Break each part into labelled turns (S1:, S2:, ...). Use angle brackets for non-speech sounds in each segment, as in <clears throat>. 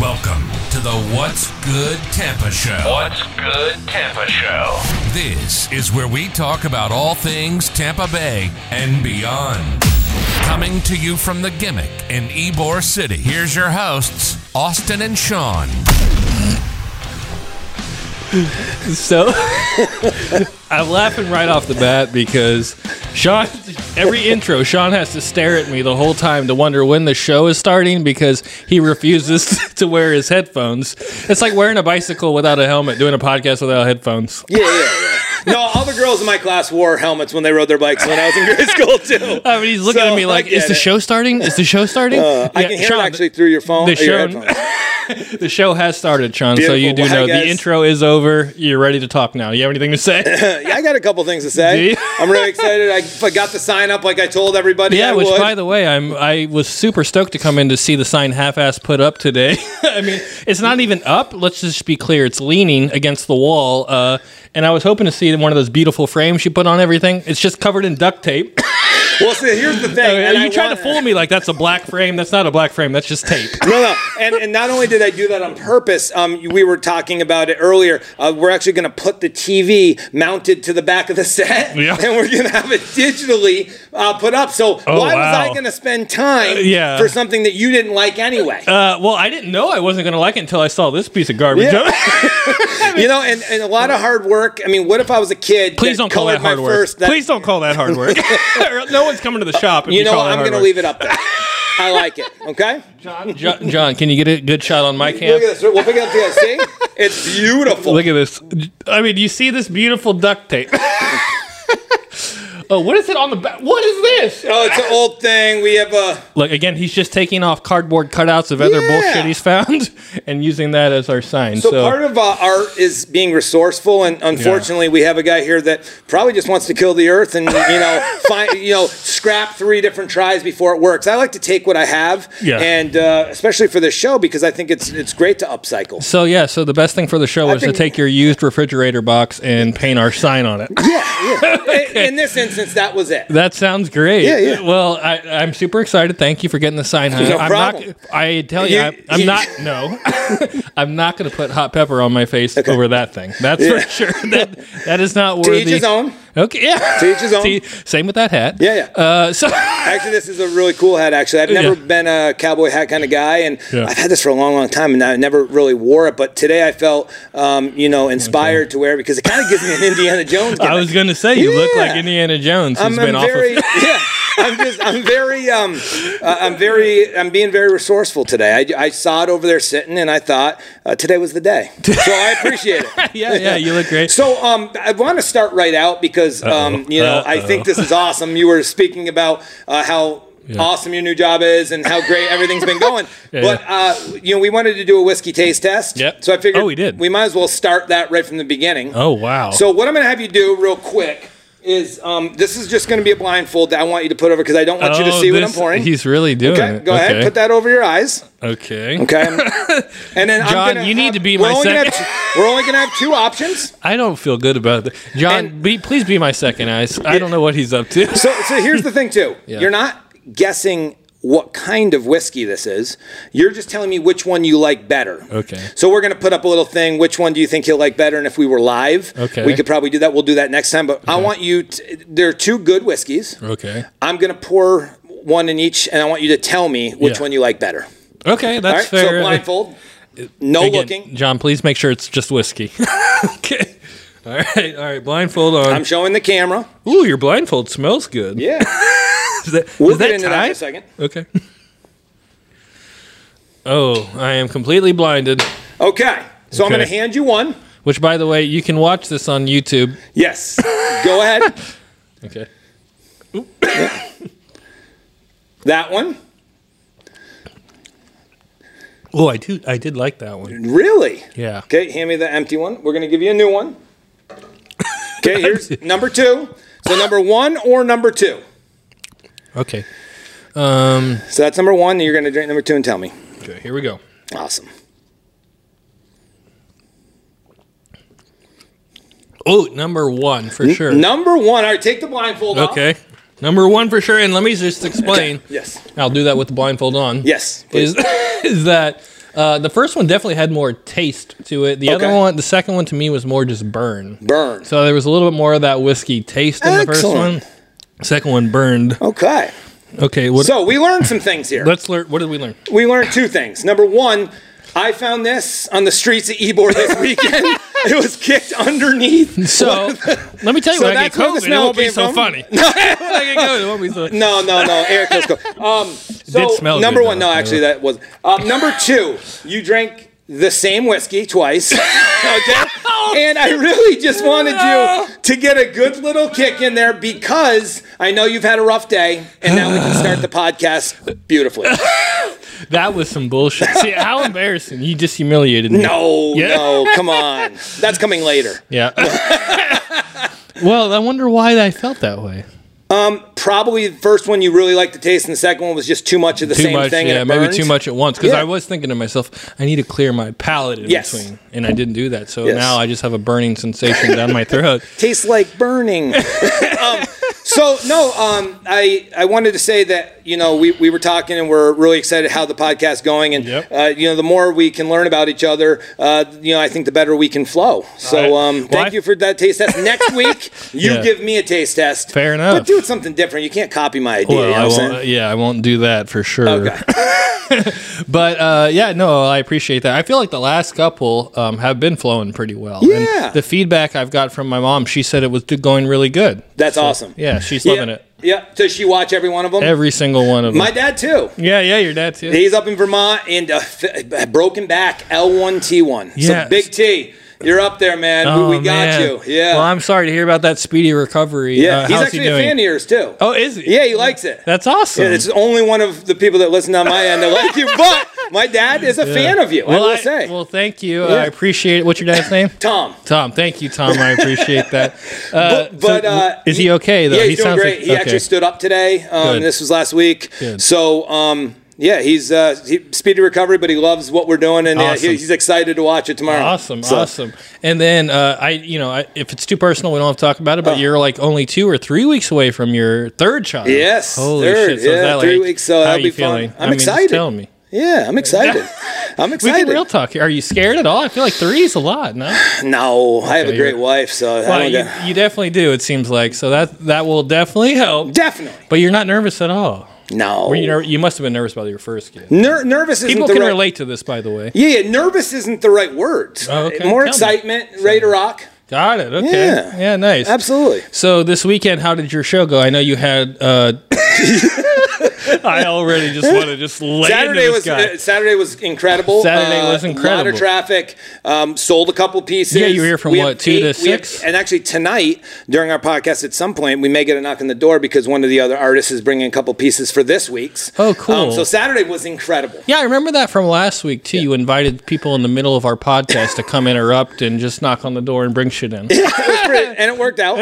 S1: Welcome to the What's Good Tampa Show.
S2: What's Good Tampa Show?
S1: This is where we talk about all things Tampa Bay and beyond. Coming to you from the gimmick in Ybor City, here's your hosts, Austin and Sean.
S3: So I'm laughing right off the bat because Sean, every intro, Sean has to stare at me the whole time to wonder when the show is starting because he refuses <laughs> to wear his headphones. It's like wearing a bicycle without a helmet, doing a podcast without headphones.
S4: Yeah, yeah, yeah. No, all the girls in my class wore helmets when they rode their bikes when I was in grade school too.
S3: <laughs> I mean, he's looking
S4: So,
S3: at me
S4: I
S3: like, "Is
S4: get
S3: the
S4: it. Uh,
S3: show starting? Is the show starting?"
S4: I
S3: Yeah,
S4: can hear
S3: Sean,
S4: it actually through your phone.
S3: the
S4: or your
S3: show-
S4: headphones.
S3: The show has started, Sean. So
S4: Beautiful.
S3: you do
S4: Well, hi,
S3: know the
S4: guys.
S3: intro is over. You're ready to talk now. You have anything to
S4: <laughs>
S3: say?
S4: Yeah, I got a couple things to
S3: <laughs>
S4: say.
S3: Do you?
S4: I'm really excited. I I got the sign up like I told everybody.
S3: Yeah,
S4: I
S3: which
S4: would.
S3: by the way, I'm I was super stoked to come in to see the sign half-ass put up today. <laughs> I mean, it's not even up. Let's just be clear; it's leaning against the wall. Uh, and I was hoping to see one of those beautiful frames you put on everything. It's just covered in duct
S4: <laughs>
S3: tape.
S4: well, see, here's
S3: <laughs>
S4: the thing. and I
S3: you tried to
S4: want-
S3: fool me like that's a black frame. That's not a black frame. That's just tape.
S4: No, no, and and not only did I do that on purpose. Um, we were talking about it earlier. Uh, we're actually going to put the TV mounted to the back of the set,
S3: Yeah.
S4: and we're going to have it digitally uh, put up. So
S3: Oh,
S4: why was
S3: wow. Uh,
S4: I going to spend time
S3: yeah.
S4: for something that you didn't like anyway?
S3: Uh, well, I didn't know I wasn't going to like it until I saw this piece of garbage.
S4: You know, and, and a lot of hard work. I mean, what if I was a
S3: <laughs>
S4: kid?
S3: Please
S4: that
S3: don't call
S4: colored
S3: that hard
S4: my
S3: work.
S4: first- that-
S3: Please don't call that hard
S4: <laughs>
S3: work. <laughs> no one's coming to the shop. If
S4: You,
S3: you,
S4: know,
S3: call
S4: I'm going to leave it up there. I like it.
S3: <laughs>
S4: Okay.
S3: John, John, can you get a good shot on my
S4: Look
S3: cam?
S4: at this. We'll pick it up together. See, it's beautiful.
S3: Look at this. I mean, you see this beautiful duct
S4: <laughs>
S3: tape. oh, what is it on the back? What is this?
S4: Oh, it's an old thing. We have a.
S3: Look, again, he's just taking off cardboard cutouts of other
S4: Yeah.
S3: bullshit he's found <laughs> and using that as our sign. So,
S4: So, part of uh, art is being resourceful, and unfortunately, we have a guy here that probably just wants to kill the earth and you know <laughs> find you know scrap three different tries before it works. I like to take what I have,
S3: Yeah.
S4: and uh, especially for this show because I think it's it's great to
S3: <laughs>
S4: upcycle.
S3: so yeah, so the best thing for the show was
S4: think-
S3: to take your used refrigerator box and paint our sign on it.
S4: In- In this instance, that was it.
S3: That sounds great.
S4: Yeah, yeah.
S3: Well, I, I'm super excited. Thank you for getting the sign. Honey.
S4: No
S3: I'm
S4: problem.
S3: not. I tell you,
S4: You-
S3: I'm, I'm
S4: you-
S3: not. No, <laughs> I'm not going to put hot pepper on my face over that thing. That's for <laughs> sure.
S4: <laughs>
S3: That that is not
S4: To
S3: worthy.
S4: each his own.
S3: Okay. Yeah.
S4: To each his own.
S3: See, same with that hat.
S4: Yeah, yeah.
S3: Uh, so <laughs>
S4: Actually, this is a really cool hat. Actually, I've never
S3: Yeah.
S4: been a cowboy hat kind of guy, and
S3: Yeah.
S4: I've had this for a long, long time, and I never really wore it. But today, I felt, um, you know, inspired to wear it because it kind of gives me an Indiana Jones.
S3: <laughs> I was
S4: gimmick.
S3: going to say you look
S4: Yeah.
S3: like Indiana Jones. who's
S4: I'm,
S3: been
S4: I'm
S3: off of- <laughs>
S4: very, yeah. I'm just, I'm very, um, uh, I'm very, I'm being very resourceful today. I, I saw it over there sitting, and I thought uh, today was the day. So I appreciate it.
S3: <laughs> yeah, yeah. You look great.
S4: <laughs> So um, I want to start right out because um, you know I think this is awesome. You were speaking about uh, how. Awesome, your new job is, and how great everything's been going.
S3: <laughs>
S4: but
S3: yeah.
S4: Uh, you know, we wanted to do a whiskey taste test.
S3: Yep.
S4: So I figured
S3: Oh, we did.
S4: might as well start that right from the beginning.
S3: oh wow.
S4: So what I'm going to have you do real quick is um, this is just going to be a blindfold that I want you to put over because I don't want you to
S3: Oh,
S4: see what I'm
S3: this-
S4: pouring.
S3: He's really doing
S4: okay.
S3: it.
S4: Go ahead. Put that over your eyes.
S3: Okay. <laughs>
S4: Okay. and then
S3: John,
S4: I'm gonna
S3: you need
S4: have-
S3: to be
S4: we're
S3: my
S4: only gonna
S3: second-
S4: have two- we're only going to have two options.
S3: I don't feel good about that. John,
S4: And-
S3: be, please be my second eyes. I don't know what he's up to.
S4: So, so here's the thing, too.
S3: Yeah.
S4: You're not guessing what kind of whiskey this is. You're just telling me which one you like better.
S3: Okay.
S4: So we're gonna put up a little thing. Which one do you think he'll like better? And if we were live,
S3: Okay.
S4: we could probably do that. We'll do that next time. But I want you. T- there are two good whiskeys.
S3: Okay.
S4: I'm gonna pour one in each, and I want you to tell me which
S3: Yeah.
S4: one you like better.
S3: Okay,
S4: All
S3: that's
S4: right.
S3: fair.
S4: So blindfold. No
S3: Again,
S4: looking.
S3: John, please make sure it's just whiskey. <laughs> okay. All right, all right. Blindfold on.
S4: I'm showing the camera.
S3: Ooh, your blindfold smells good.
S4: Yeah.
S3: Is that,
S4: <laughs> We'll
S3: is
S4: get
S3: that
S4: into that in
S3: Thai?
S4: a second.
S3: Okay. <laughs> Oh, I am completely blinded.
S4: Okay. So I'm
S3: Okay.
S4: gonna hand you one.
S3: Which, by the way, you can watch this on YouTube.
S4: Yes. Go
S3: <laughs>
S4: ahead.
S3: Okay.
S4: That one.
S3: Oh, I do. I did like that one.
S4: Really?
S3: Yeah.
S4: Okay, hand me the empty one. We're going to give you a new one.
S3: <laughs>
S4: Okay, here's number two. So number one or number two.
S3: Okay. Um.
S4: So that's number one. And you're going to drink number two and tell me.
S3: Okay. Here we go.
S4: Awesome.
S3: Oh, number one for sure.
S4: Number one. All right, take the blindfold off.
S3: Okay. Number one for sure. And let me just explain.
S4: Yes.
S3: I'll do that with the blindfold on.
S4: Yes.
S3: <laughs>
S4: please.
S3: Is is that Uh, the first one definitely had more taste to it. The other
S4: Okay.
S3: one, the second one to me was more just burn.
S4: Burn.
S3: So there was a little bit more of that whiskey taste in the
S4: Excellent.
S3: first one. Second one burned.
S4: Okay.
S3: Okay, what,
S4: So we learned some things here.
S3: let's learn. What did we learn?
S4: we learned two things. Number one, I found this on the streets of Ybor this weekend.
S3: <laughs>
S4: it was kicked underneath.
S3: So let me tell you
S4: So
S3: when I get
S4: that's where the
S3: COVID, it
S4: smell
S3: won't be
S4: came
S3: so
S4: from? <laughs>
S3: funny. <laughs> When I get COVID, it won't be so.
S4: No, no, no. Eric,
S3: <laughs>
S4: let's go. Um, so
S3: did smell
S4: number
S3: good,
S4: one,
S3: though.
S4: no, actually that was um, number two. You drank the same whiskey twice, <laughs> okay? And I really just wanted you
S3: <laughs>
S4: to get a good little kick in there because I know you've had a rough day, and now we can
S3: <sighs>
S4: start the podcast beautifully.
S3: That was some bullshit. See how embarrassing! You just humiliated me.
S4: No,
S3: <laughs> Yeah.
S4: no, come on. That's coming later.
S3: <laughs> Yeah. well, I wonder why I felt that way.
S4: probably the first one you really liked the taste, and the second one was just too much of the
S3: Too
S4: same
S3: much,
S4: thing.
S3: yeah.
S4: and it
S3: Maybe
S4: burned.
S3: too much at once because
S4: Yeah.
S3: I was thinking to myself, I need to clear my palate in
S4: Yes.
S3: between, and I didn't do that. So
S4: Yes.
S3: now I just have a burning sensation down my
S4: <laughs>
S3: throat.
S4: Tastes like
S3: <laughs>
S4: burning. um, so no, um, I I wanted to say that you know we, we were talking and we're really excited how the podcast's going, and
S3: Yep.
S4: uh, you know the more we can learn about each other, uh, you know I think the better we can flow. So
S3: right.
S4: um,
S3: Well,
S4: thank
S3: I-
S4: you for that taste test. Next week
S3: <laughs>
S4: you
S3: Yeah.
S4: give me a taste test.
S3: Fair enough.
S4: But do it something different. You can't copy my idea.
S3: Well,
S4: you know
S3: I
S4: what I'm
S3: won't.
S4: saying?
S3: Yeah, I won't do that for sure.
S4: Okay.
S3: <laughs> But uh, yeah, no, I appreciate that. I feel like the last couple um, have been flowing pretty well. And
S4: Yeah.
S3: the feedback I've got from my mom, she said it was do- going really good.
S4: That's awesome.
S3: Yeah, she's
S4: Yeah.
S3: loving it.
S4: Yeah. Does she watch every one of them?
S3: Every single one of them.
S4: my dad too.
S3: yeah, yeah, your dad too.
S4: He's up in Vermont and uh, f- broken back L1T1.
S3: Yes.
S4: So Big T, you're up there, man. We-
S3: Oh,
S4: we, got
S3: man.
S4: you. Yeah.
S3: Well, I'm sorry to hear about that speedy recovery.
S4: yeah.
S3: Uh,
S4: He's
S3: how's
S4: actually
S3: he
S4: a
S3: doing?
S4: fan of yours too.
S3: Oh, is he?
S4: yeah, he likes it.
S3: That's awesome.
S4: Yeah, it's only one of the people that listen on my end that
S3: <laughs>
S4: like you, but my dad is a fan of you. I
S3: well,
S4: will say,
S3: well, thank you.
S4: Yeah.
S3: I appreciate it. What's your dad's
S4: <laughs>
S3: name?
S4: Tom.
S3: Tom. Thank you, Tom. I appreciate
S4: <laughs>
S3: that. Uh,
S4: But, but
S3: so,
S4: uh,
S3: is he okay though?
S4: Yeah, he's doing
S3: sounds
S4: great.
S3: like-
S4: he
S3: okay.
S4: actually stood up today. Um,
S3: Good.
S4: this was last week.
S3: Good.
S4: So, um, yeah, he's uh, he, speedy recovery, but he loves what we're doing, and uh, he-
S3: Awesome.
S4: he's excited to watch it tomorrow.
S3: Awesome,
S4: So-
S3: awesome. And then uh, I, you know, I, if it's too personal, we don't have to talk about
S4: Oh.
S3: it. But you're like only two or three weeks away from your third child.
S4: Yes,
S3: holy
S4: third,
S3: shit! So is
S4: yeah,
S3: that like,
S4: three weeks, so
S3: how
S4: that'll
S3: are you
S4: be fun.
S3: feeling?
S4: I'm
S3: I mean, just
S4: excited.
S3: Tell me.
S4: Yeah,
S3: <laughs>
S4: I'm excited. I'm
S3: We
S4: excited.
S3: can real talk. here. Are you scared at all? I feel like three is a lot. No,
S4: no, I have a
S3: Okay,
S4: great
S3: you're-
S4: wife, so I
S3: well,
S4: don't
S3: you,
S4: get-
S3: you definitely do. It seems like so that that will definitely help.
S4: definitely
S3: But you're not nervous at all.
S4: no.
S3: Were you ner- you must have been nervous about your first kid.
S4: Ner- nervous isn't
S3: People
S4: the
S3: can
S4: right.
S3: relate to this, by the way.
S4: Yeah, yeah, nervous isn't the right word.
S3: Oh, okay. Tell
S4: More
S3: me.
S4: excitement, ready to rock.
S3: Got it. Okay.
S4: Yeah.
S3: yeah nice.
S4: Absolutely.
S3: So this weekend, how did your show go? I know you had.
S4: <laughs>
S3: Uh, I already just want to just lay
S4: Saturday
S3: into
S4: was
S3: this guy.
S4: uh, Saturday was incredible.
S3: Saturday was
S4: A lot of
S3: incredible.
S4: traffic. Um, sold a couple pieces.
S3: Yeah, you were here from
S4: have
S3: what, two to
S4: we have-
S3: six?
S4: and actually tonight during our podcast, at some point we may get a knock on the door because one of the other artists is bringing a couple pieces for this week's. Um,
S3: Oh, cool.
S4: so Saturday was incredible.
S3: yeah, I remember that from last week too. You invited people in the middle of our podcast to come interrupt and just knock on the door and bring shit in.
S4: It was pretty- and it worked
S3: <laughs>
S4: out.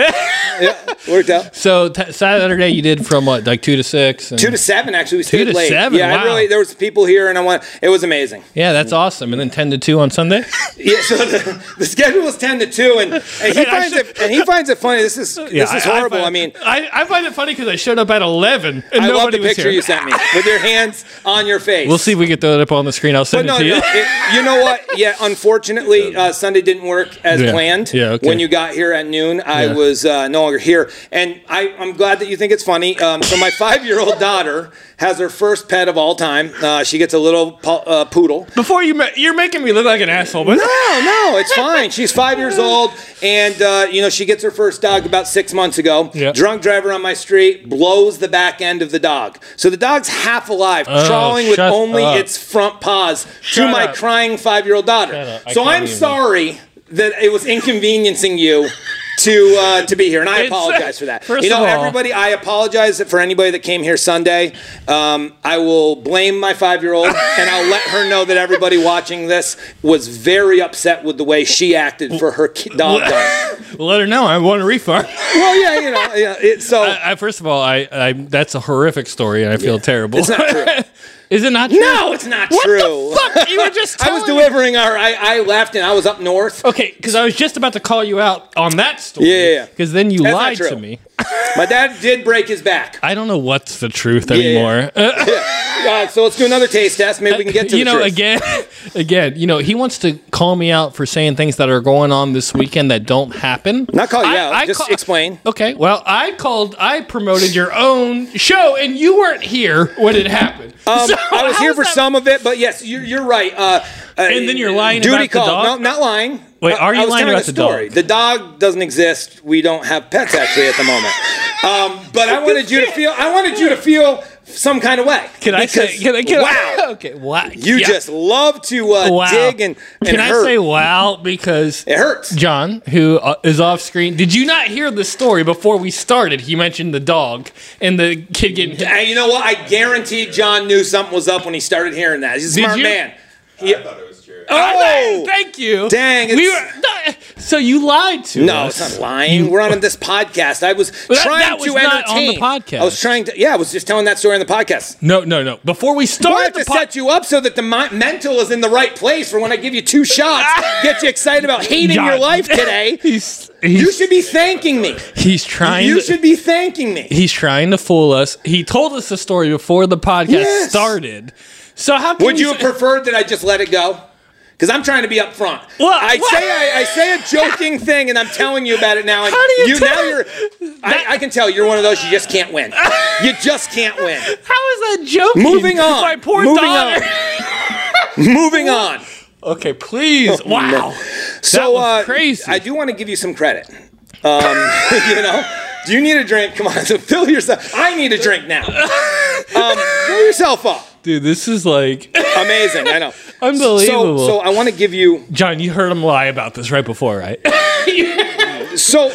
S4: yeah, worked out.
S3: So t- Saturday you did from what, like two to six? And,
S4: Two to seven, actually. We stayed
S3: to
S4: late.
S3: seven,
S4: yeah,
S3: wow.
S4: I really there was people here, and I went. It was amazing.
S3: yeah, that's awesome. And then ten to two on Sunday.
S4: Yeah, <laughs> so the, the schedule was ten to two, and, and he
S3: And <laughs> I
S4: finds
S3: should-
S4: it and he finds it funny. This is this is horrible. I, mean,
S3: I, I find it funny because I showed up at eleven and
S4: I love
S3: nobody
S4: the
S3: was
S4: picture
S3: here.
S4: you sent me with your hands on your face.
S3: We'll see if we get that up on the screen. I'll
S4: But
S3: send
S4: no,
S3: it to you.
S4: no, it- you know what? Yeah, unfortunately, uh, Sunday didn't work as
S3: Yeah.
S4: planned.
S3: Yeah, okay.
S4: When you got here at noon, I
S3: Yeah.
S4: was uh, no longer here, and I, I'm glad that you think it's funny. Um, so my <laughs> five-year-old daughter has her first pet of all time. Uh, she gets a little po- uh, poodle.
S3: <laughs> Before you, ma- you're making me look like an asshole. But
S4: No, no, it's fine. She's five years old, and uh, you know she gets her first dog about six months ago.
S3: Yeah.
S4: Drunk driver on my street blows the back end of the dog, so the dog's half alive,
S3: Oh,
S4: crawling with
S3: shut
S4: only
S3: up.
S4: its front paws
S3: Shut
S4: to my
S3: up.
S4: crying five-year-old
S3: Shut
S4: daughter.
S3: up. I
S4: So
S3: can't
S4: I'm
S3: even.
S4: sorry that it was inconveniencing you. To uh, to be here, and I
S3: It's-
S4: apologize for that.
S3: <laughs> first
S4: you know,
S3: of all-
S4: everybody, I apologize for anybody that came here Sunday. Um, I will blame my five year old, and I'll let her know that everybody watching this was very upset with the way she acted for her ki-
S3: <laughs>
S4: dog. died.
S3: <laughs> let her know I want a refund.
S4: well, yeah, you know, yeah. It,
S3: <laughs>
S4: so
S3: I, I, first of all, I, I that's a horrific story, and I feel terrible.
S4: It's not true.
S3: <laughs> Is it not true?
S4: no, it's not
S3: What
S4: true.
S3: the fuck? You were just. <laughs>
S4: I
S3: Telling
S4: was delivering our. I, I left, and I was up north.
S3: Okay, because I was just about to call you out on that story.
S4: Yeah, yeah, yeah.
S3: Because then you
S4: That's not
S3: lied to
S4: true.
S3: me.
S4: My dad did break his back.
S3: I don't know what's the truth
S4: yeah.
S3: anymore. Uh,
S4: Uh, so let's do another taste test. Maybe we can get to
S3: you
S4: the
S3: know,
S4: truth.
S3: again, <laughs> again, you know, he wants to call me out for saying things that are going on this weekend that don't happen.
S4: Not call you
S3: I-
S4: out.
S3: I
S4: just
S3: call-
S4: explain.
S3: Okay, well, I called, I promoted your own show, and you weren't here when it happened. <laughs>
S4: Um,
S3: So
S4: I was
S3: how
S4: here
S3: is
S4: for
S3: that-
S4: some of it, but yes, you're, you're right. Uh, uh,
S3: And then you're lying
S4: duty
S3: about the
S4: call.
S3: dog?
S4: No, not lying.
S3: Wait,
S4: I-
S3: are you
S4: I was
S3: lying
S4: telling
S3: about
S4: a
S3: the dog?
S4: story. The dog doesn't exist. We don't have pets actually at the moment. Um, but I wanted you to feel. I wanted you to feel some kind of way.
S3: Can I say?
S4: Because,
S3: Can I? Can I, <laughs>
S4: wow.
S3: okay. Wow.
S4: You
S3: yeah.
S4: just love to uh,
S3: wow.
S4: dig and, and
S3: can I
S4: hurt.
S3: say wow because
S4: it hurts.
S3: John, who uh, is off screen, did you not hear the story before we started? He mentioned the dog and the kid getting hit.
S4: And you know what? I guarantee John knew something was up when he started hearing that. He's a
S3: Did
S4: smart
S3: you?
S4: man.
S5: I thought it was true.
S3: Oh, thank you.
S4: Dang,
S3: we were,
S4: it's-
S3: no, so you lied to
S4: No,
S3: us.
S4: it's not lying. We're on this podcast. I was
S3: that-
S4: trying
S3: that was
S4: to
S3: not on the
S4: entertain.
S3: podcast.
S4: I was trying to. Yeah, I was just telling that story on the podcast.
S3: no, no, no. Before we
S4: I
S3: started
S4: have
S3: the
S4: to
S3: po-
S4: set you up so that the mi- mental is in the right place for when I give you
S3: <laughs>
S4: two shots, get you excited about hating your
S3: John. <laughs>
S4: life today.
S3: he's
S4: You
S3: he's,
S4: should be thanking me.
S3: he's trying.
S4: You
S3: to-
S4: should be thanking me.
S3: he's trying to fool us. He told us the story before the podcast
S4: Yes.
S3: started. So how can
S4: Would you
S3: say-
S4: have preferred that I just let it go? Because I'm trying to be upfront.
S3: Well,
S4: I
S3: what?
S4: say I, I say a
S3: <laughs>
S4: joking thing, and I'm telling you about it now. And
S3: How do you tell-
S4: now you're. I, I can tell you're one of those you just can't win. you just can't
S3: <laughs>
S4: win.
S3: How is that joking?
S4: Moving
S3: <laughs>
S4: on.
S3: My poor
S4: Moving
S3: daughter.
S4: Moving on.
S3: <laughs> Okay,
S4: Oh,
S3: please. Wow.
S4: So
S3: was
S4: uh,
S3: crazy.
S4: I do want to give you some credit. Um, <laughs> you know, do you need a drink? Come on, <laughs> so fill yourself. I need a
S3: <laughs>
S4: drink now. Um, fill yourself up.
S3: Dude, this is
S4: <laughs>
S3: like
S4: Amazing, I know.
S3: unbelievable.
S4: So, so I want to give you.
S3: John, you heard him lie about this right before, right?
S4: So,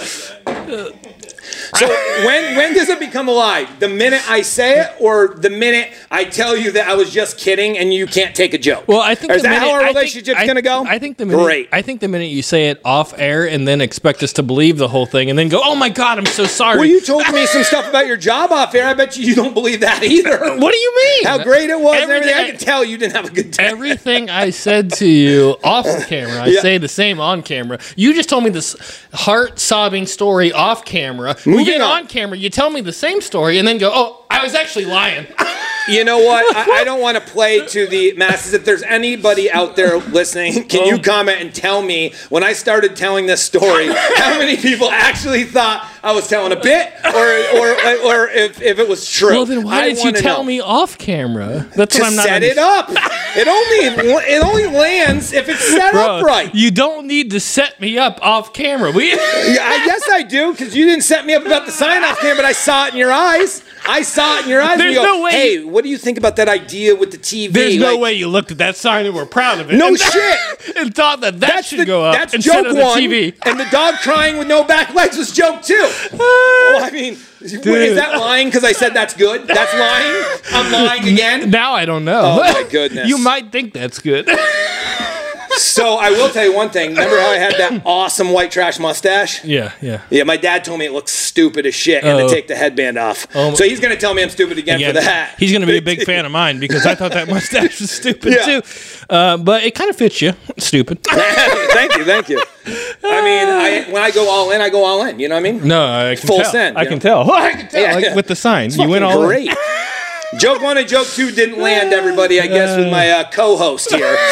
S4: so when when does it become a lie? The minute I say it, or the minute I tell you that I was just kidding and you can't take a joke?
S3: Well, I think
S4: is
S3: the
S4: that
S3: minute,
S4: how our
S3: I think-
S4: relationship's
S3: I-
S4: gonna go?
S3: I think the minute,
S4: Great.
S3: I think the minute you say it off air and then expect us to believe the whole thing and then go, "Oh my god, I'm so sorry."
S4: well, you told me some stuff about your job off air. I bet you you don't believe
S3: <laughs>
S4: that either.
S3: what do you mean?
S4: How great it was and
S3: Everything
S4: everything. I
S3: I-
S4: can tell you didn't have a good time.
S3: Everything I said to you off camera, I
S4: Yeah.
S3: say the same on camera. You just told me this heart sobbing story off camera. We
S4: Moving
S3: get
S4: on.
S3: on camera, you tell me the same story and then go, "Oh, I was actually lying."
S4: You know what? I, I don't want to play to the masses. If there's anybody out there listening, can you comment and tell me when I started telling this story, how many people actually thought I was telling a bit, or or or if, if it was true?
S3: Well, then why
S4: I
S3: did you
S4: wanna
S3: tell
S4: know.
S3: me off camera? That's
S4: to
S3: what I'm not
S4: set it up? It only it only lands if it's set
S3: Bro,
S4: up right.
S3: You don't need to set me up off camera. We
S4: Yeah, I guess I do because you didn't set me up about the sign off cam, but I saw it in your eyes. I saw it in your eyes.
S3: There's
S4: and you go,
S3: no way-
S4: Hey, what do you think about that idea with the TV?
S3: <laughs> There's no
S4: Like,
S3: way you looked at that sign and were proud of it.
S4: No
S3: and, <laughs>
S4: shit.
S3: And thought that that should go up
S4: That's
S3: instead
S4: joke
S3: of the
S4: one,
S3: TV.
S4: and the dog crying with no back legs was joke two. Well, I mean, is that lying? Because I said that's good. That's lying. I'm lying again.
S3: <laughs> Now I don't know.
S4: Oh,
S3: <laughs>
S4: my goodness.
S3: you might think that's good. <laughs>
S4: So I will tell you one thing. Remember how I had that awesome white trash mustache?
S3: yeah, yeah.
S4: Yeah, my dad told me it looks stupid as shit, and
S3: Oh.
S4: to take the headband off.
S3: Oh, my-
S4: so he's gonna tell me I'm stupid again,
S3: Yeah,
S4: for that.
S3: he's going to be a big
S4: <laughs>
S3: fan of mine because I thought that mustache was stupid
S4: Yeah.
S3: too. Uh, but it kind of fits you. Stupid.
S4: <laughs> thank you, thank you. I mean, I, when I go all in, I go all in. You know what I
S3: <laughs>
S4: mean?
S3: No, I can
S4: Full
S3: tell.
S4: send,
S3: I
S4: you
S3: can
S4: know?
S3: tell. <laughs> I can tell.
S4: Yeah.
S3: Like with the sign, you went all in.
S4: great. joke one and joke two didn't land, everybody. I guess with my uh, co-host here.
S3: <laughs>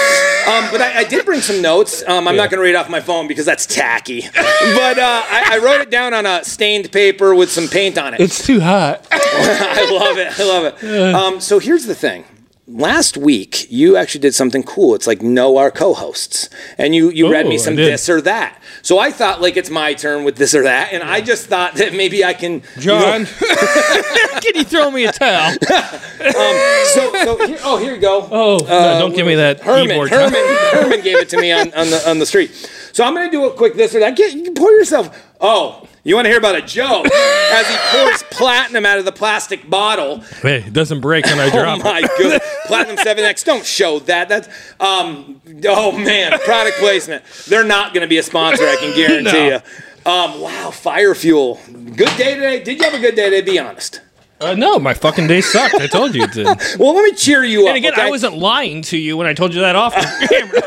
S4: Um, but I, I did bring some notes. Um, I'm not going to read off my phone because that's tacky. But uh, I, I wrote it down on a stained paper with some paint on it.
S3: It's too
S4: <laughs>
S3: hot.
S4: I love it. I love it. Um, so here's the thing. Last week, you actually did something cool. It's like know our co-hosts, and you you read
S3: Ooh,
S4: me
S3: Oh, I
S4: some
S3: did.
S4: this or that. So I thought like it's my turn with this or that, and I just thought that maybe I can <laughs>
S3: John, <laughs> can you throw me a towel?
S4: um, So, so here, oh, here you
S3: <laughs>
S4: go. Uh,
S3: Oh, no, don't give me that
S4: Herman,
S3: keyboard.
S4: Herman,
S3: <laughs>
S4: Herman gave it to me on, on the on the street. So I'm gonna do a quick this or that. Get you can pour yourself. Oh, you want to hear about a joke? As he pours platinum out of the plastic bottle.
S3: Hey, it doesn't break when I
S4: Oh
S3: drop it. <laughs>
S4: my good, platinum 7x. Don't show that. That's um. Oh man, product placement. They're not gonna be a sponsor. I
S3: <laughs>
S4: can guarantee
S3: No.
S4: you. Um. Wow, fire fuel. Good day today. Did you have a good day today? Be honest.
S3: Uh, no, my fucking day sucked. I told you it did. <laughs> and
S4: Well, let me cheer you up.
S3: again,
S4: okay?
S3: I wasn't lying to you when I told you that off the camera.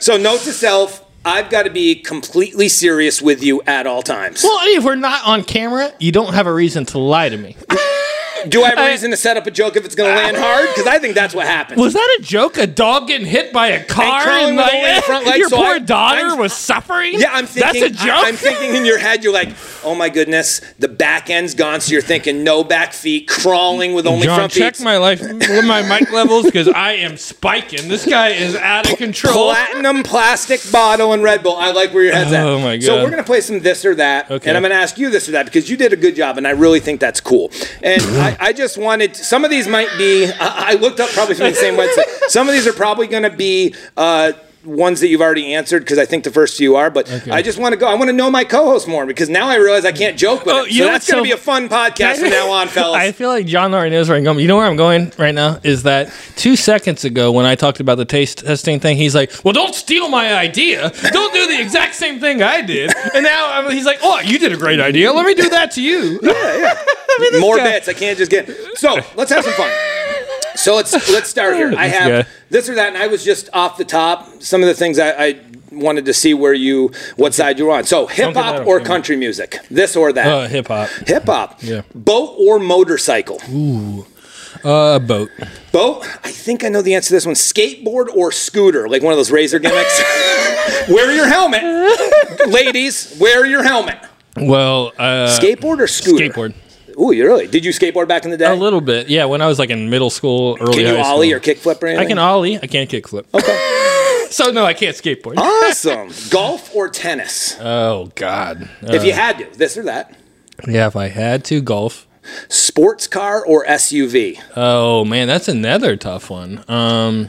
S4: So note to self, I've got to be completely serious with you at all times.
S3: <laughs> Well, if we're not on camera, you don't have a reason to lie to me.
S4: Do I have a reason to set up a joke if it's going to land hard? Because I think that's what happened.
S3: Was that a joke? A dog getting hit by a car and
S4: crawling with
S3: like,
S4: a hole in
S3: <laughs>
S4: the front leg,
S3: your
S4: so
S3: poor
S4: I-
S3: daughter
S4: I'm-
S3: was suffering.
S4: Yeah, I'm thinking.
S3: that's a joke.
S4: I, am thinking in your head, you're like, oh my goodness, the back end's gone. So you're thinking no back feet, crawling with only
S3: John,
S4: front
S3: check
S4: feet.
S3: my life, my mic levels because I am spiking. This guy is out of control.
S4: Platinum plastic bottle and Red Bull. I like where your head's at.
S3: Oh my
S4: So
S3: God.
S4: we're gonna play some this or that,
S3: Okay.
S4: and I'm gonna ask you this or that because you did a good job, and I really think that's cool. And
S3: <laughs>
S4: I, I just wanted some of these might be. I, I looked up probably from the same website. Some of these are probably gonna be. Uh, Ones that you've already answered because I think the first few are, but I just want to go. I want to know my co-host more because now I realize I can't joke with
S3: Oh,
S4: him.
S3: you
S4: So
S3: know
S4: that's
S3: what's
S4: going to
S3: so-
S4: be a fun
S3: <laughs>
S4: podcast from now on,
S3: I
S4: fellas.
S3: feel like John already knows where I'm going. You know where I'm going right now is that two seconds ago when I talked about the taste testing thing, he's like, "Well, don't steal my idea. Don't do the exact same thing I did." And now I'm, he's like, "Oh, you did a great idea. Let me do that to you."
S4: More
S3: guy-
S4: bets. I can't just get. So let's have some fun. So let's let's start here. I
S3: This
S4: have
S3: guy.
S4: this or that, and I was just off the top. Some of the things I, I wanted to see where you, what side you were on. So hip
S3: get that
S4: hop
S3: on
S4: or
S3: camera.
S4: country music, this or
S3: <laughs>
S4: that.
S3: Uh, hip hop,
S4: hip hop,
S3: yeah.
S4: boat or motorcycle.
S3: uh, boat.
S4: Boat. I think I know the answer to this one. Skateboard or scooter, like one of those razor gimmicks. <laughs> wear your helmet, ladies. Wear your helmet.
S3: Well, uh,
S4: Skateboard or scooter?
S3: skateboard.
S4: Ooh, you really? Did you skateboard back in the day?
S3: A little Oh, bit, yeah. When I was like in middle school, early
S4: Can you
S3: high
S4: ollie
S3: school.
S4: or kickflip or anything?
S3: I can ollie. I can't kickflip. <laughs> so no, I can't skateboard. <laughs>
S4: Awesome. Golf or tennis?
S3: Oh God. Uh,
S4: if you had to, this or that.
S3: yeah, if I had to golf.
S4: Sports car or SUV?
S3: Oh man, that's another tough one. Um,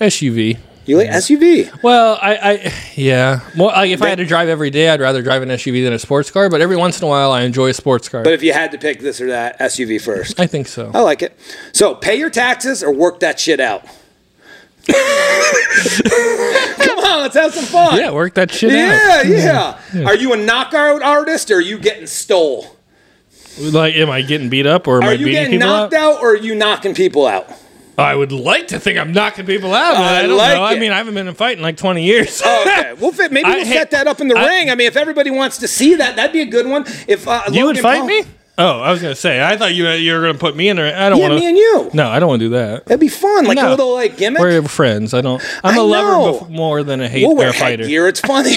S3: SUV.
S4: You like SUV?
S3: Well, I, I yeah. Well, like if I had to drive every day, I'd rather drive an SUV than a sports car. But every once in a while, I enjoy a sports car.
S4: But if you had to pick this or that, SUV first.
S3: I think so.
S4: I like it. So pay your taxes or work that shit out. <laughs> Come on, let's have some fun.
S3: Yeah, work that shit
S4: yeah, yeah. Are you a knockout artist or are you getting stole?
S3: out. Like, am I getting beat up or am
S4: Are
S3: I
S4: you
S3: beating
S4: getting
S3: people
S4: knocked
S3: up?
S4: out? or are you knocking people out?
S3: <laughs> I would like to think I'm knocking people out, but
S4: I
S3: I, don't
S4: like
S3: know.
S4: it.
S3: I mean, I haven't been in a fight in like 20 years.
S4: Oh,
S3: <laughs>
S4: okay. <laughs> We'll fit. Maybe
S3: I
S4: we'll
S3: hate-
S4: set that up in the
S3: I-
S4: ring. I mean, if everybody wants to see that, that'd be a good one. If uh,
S3: you would
S4: Logan
S3: fight
S4: Paul-
S3: me? Oh, I was gonna say. I thought you you were gonna put me in. Or I don't
S4: Yeah,
S3: want
S4: me and you.
S3: No, I don't want to do that.
S4: That'd be fun, like a
S3: No.
S4: little like gimmick.
S3: We're friends. I don't. I'm
S4: I
S3: a
S4: know.
S3: lover bef- more than a hate
S4: we'll
S3: or
S4: wear
S3: a fighter.
S4: headgear. It's
S3: <laughs>
S4: funny.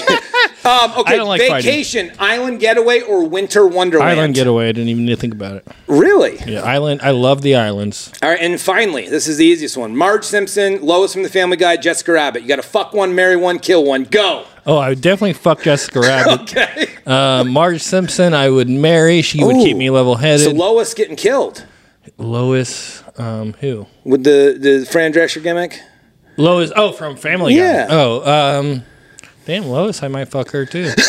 S4: um, okay,
S3: don't like fighting.
S4: vacation, island getaway, or winter wonderland.
S3: Island getaway. I didn't even need to think about it.
S4: Really?
S3: Yeah, island. I love the islands.
S4: All right, and finally, this is the easiest one. Marge Simpson, Lois from The Family Guy, Jessica Rabbit. You got to fuck one, marry one, kill one. Go.
S3: Oh, I would definitely fuck Jessica Rabbit.
S4: <laughs> Okay.
S3: uh, Marge Simpson, I would marry. She would keep
S4: Ooh.
S3: me level
S4: So
S3: headed.
S4: Lois getting killed
S3: Lois, um, who?
S4: with the the Fran Drescher gimmick.
S3: Lois. Oh, from Family
S4: Yeah.
S3: Guy. Oh, um, damn, Lois. I might fuck her too.
S4: <laughs>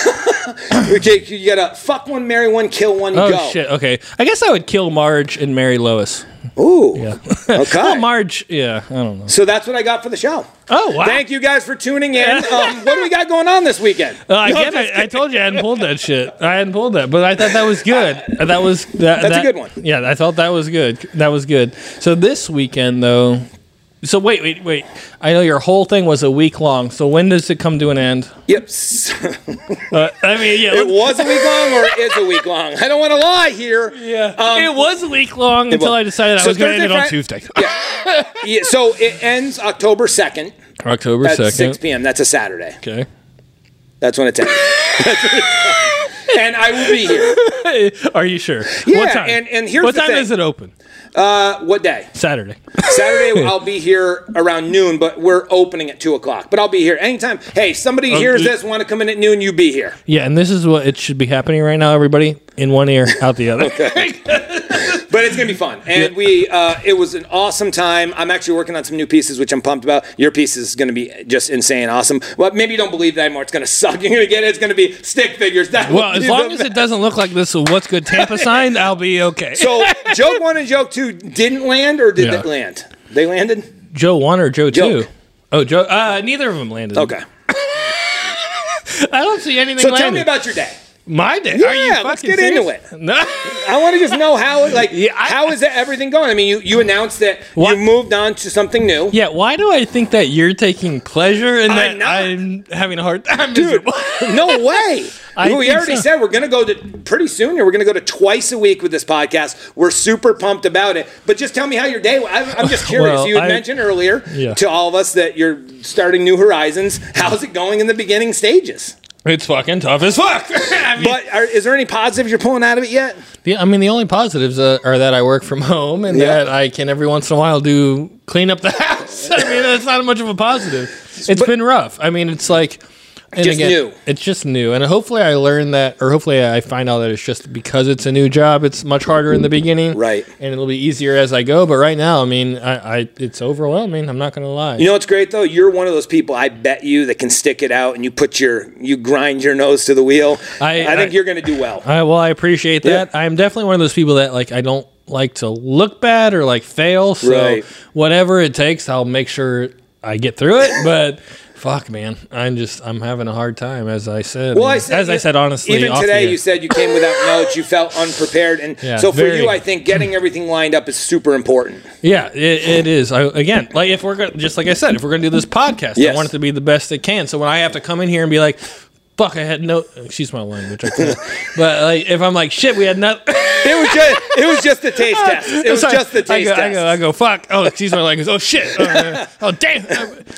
S4: Okay, you got to fuck one, marry one, kill one.
S3: Oh
S4: go.
S3: shit. Okay. I guess I would kill Marge and marry Lois.
S4: Ooh.
S3: Yeah. <laughs>
S4: Okay.
S3: Well, Marge. Yeah. I don't know.
S4: so that's what I got for the show.
S3: Oh wow.
S4: Thank you guys for
S3: <laughs>
S4: tuning in. Um, what do we got going on this weekend?
S3: Uh, I get it. I told you I hadn't pulled that shit. I hadn't pulled that, but I thought that was
S4: <laughs>
S3: good. That was that,
S4: That's a
S3: that-
S4: good one.
S3: Yeah, I thought that was good. That was good. So this weekend though, so wait, wait, wait. I know your whole thing was a week long. So when does it come to an end?
S4: Yep.
S3: Uh, I mean, yeah,
S4: It was a week long or is a week long? I don't want to lie here.
S3: yeah.
S4: um,
S3: it was a week long until
S4: was.
S3: I decided I
S4: So
S3: was going to end
S4: Thursday,
S3: it on
S4: Fri-
S3: Tuesday,
S4: Yeah, so it ends October 2nd
S3: October
S4: at 6
S3: second.
S4: p.m. That's a Saturday.
S3: Okay.
S4: That's when it's ends. That's when it's done. <laughs> and I will be here.
S3: <laughs> Are you sure?
S4: Yeah,
S3: what time?
S4: and- and here's
S3: what
S4: the
S3: time
S4: thing.
S3: is it open?
S4: Uh, what day?
S3: Saturday.
S4: Saturday, I'll be here around noon, but we're opening at 2 o'clock. But I'll be here anytime. Hey, somebody hears
S3: uh,
S4: this, want to come in at noon, you be here.
S3: Yeah, and this is what it should be happening right now, everybody. In one ear, out the
S4: <laughs>
S3: other.
S4: But it's gonna be fun, and we uh, it was an awesome time. I'm actually working on some new pieces, which I'm pumped about. Your piece is gonna be just insane, awesome. Well, maybe you don't believe that anymore. It's gonna suck. <laughs> You're gonna get it. It's gonna be stick figures. That
S3: Well,
S4: would <laughs>
S3: as
S4: be
S3: long
S4: the
S3: as it doesn't look like this is what's good
S4: <laughs>
S3: Tampa sign, I'll be okay.
S4: best. so joke one and joke two didn't land, or did
S3: Yeah.
S4: it land? They landed.
S3: Joe one or Joe
S4: Joke.
S3: two? Oh, Joe. Uh, neither of them landed.
S4: Okay.
S3: I don't see anything.
S4: So tell
S3: landing.
S4: me about your day.
S3: My day. Are you
S4: Yeah, let's
S3: fucking
S4: get into
S3: serious? No. <laughs>
S4: I want to just know how, like,
S3: Yeah, I-
S4: how is that everything going? I mean, you, you announced that
S3: What-
S4: you moved on to something new.
S3: Yeah, why do I think that you're taking pleasure in that
S4: I'm not.
S3: I'm having a hard time? Dude,
S4: No way.
S3: I
S4: we
S3: think
S4: already
S3: so.
S4: said we're going to go to pretty soon here. We're going to go to twice a week with this podcast. We're super pumped about it. But just tell me how your day went. I'm,
S3: <laughs>
S4: I'm just curious.
S3: Well,
S4: you had
S3: I-
S4: mentioned earlier
S3: Yeah.
S4: to all of us that you're starting New Horizons. How's it going in the beginning <laughs> stages?
S3: <laughs> it's fucking tough as fuck. I mean,
S4: But are, is there any positives you're pulling out of it yet?
S3: the, I mean, the only positives uh, are that I work from <laughs> home and
S4: Yeah.
S3: that I can every once in a while do clean up the <laughs> house. I mean, that's not much of a positive. It's been rough. I mean, it's like. And
S4: Just new.
S3: It's just new. And hopefully I learn that, or hopefully I find out that it's just because it's a new job, it's much harder in the beginning.
S4: Right.
S3: And it'll be easier as I go. But right now, I mean, I, I it's overwhelming. I'm not going to lie.
S4: You know what's great though? You're one of those people I bet you that can stick it out and you put your you grind your nose to the wheel.
S3: I-
S4: I, think
S3: I-
S4: you're going to do well.
S3: I, well, I appreciate that. I'm definitely one of those people that like I don't like to look bad or like fail. So
S4: Right.
S3: whatever it takes, I'll make sure I get through it. But <laughs> fuck, man, I'm just I'm having a hard time. As I said,
S4: Well, I said,
S3: as I said honestly,
S4: even
S3: off the
S4: today
S3: air.
S4: you said you came without notes. You felt unprepared, and
S3: Yeah,
S4: so for
S3: very-
S4: you, I think getting everything lined up is super important.
S3: yeah, it, it is. I, again, like if we're gonna just like I said, if we're gonna do this podcast,
S4: Yes.
S3: I want it to be the best it can. So when I have to come in here and be like. Fuck! I had no. Excuse my language. I
S4: <laughs>
S3: can't. but like, if I'm like, shit, we had <laughs> nothing.
S4: It was just it was just the taste
S3: <laughs>
S4: test. It was
S3: Sorry.
S4: just the
S3: I
S4: taste
S3: go, I
S4: test.
S3: go, I go, fuck. Oh, excuse my language. Oh, shit. Oh, oh, damn.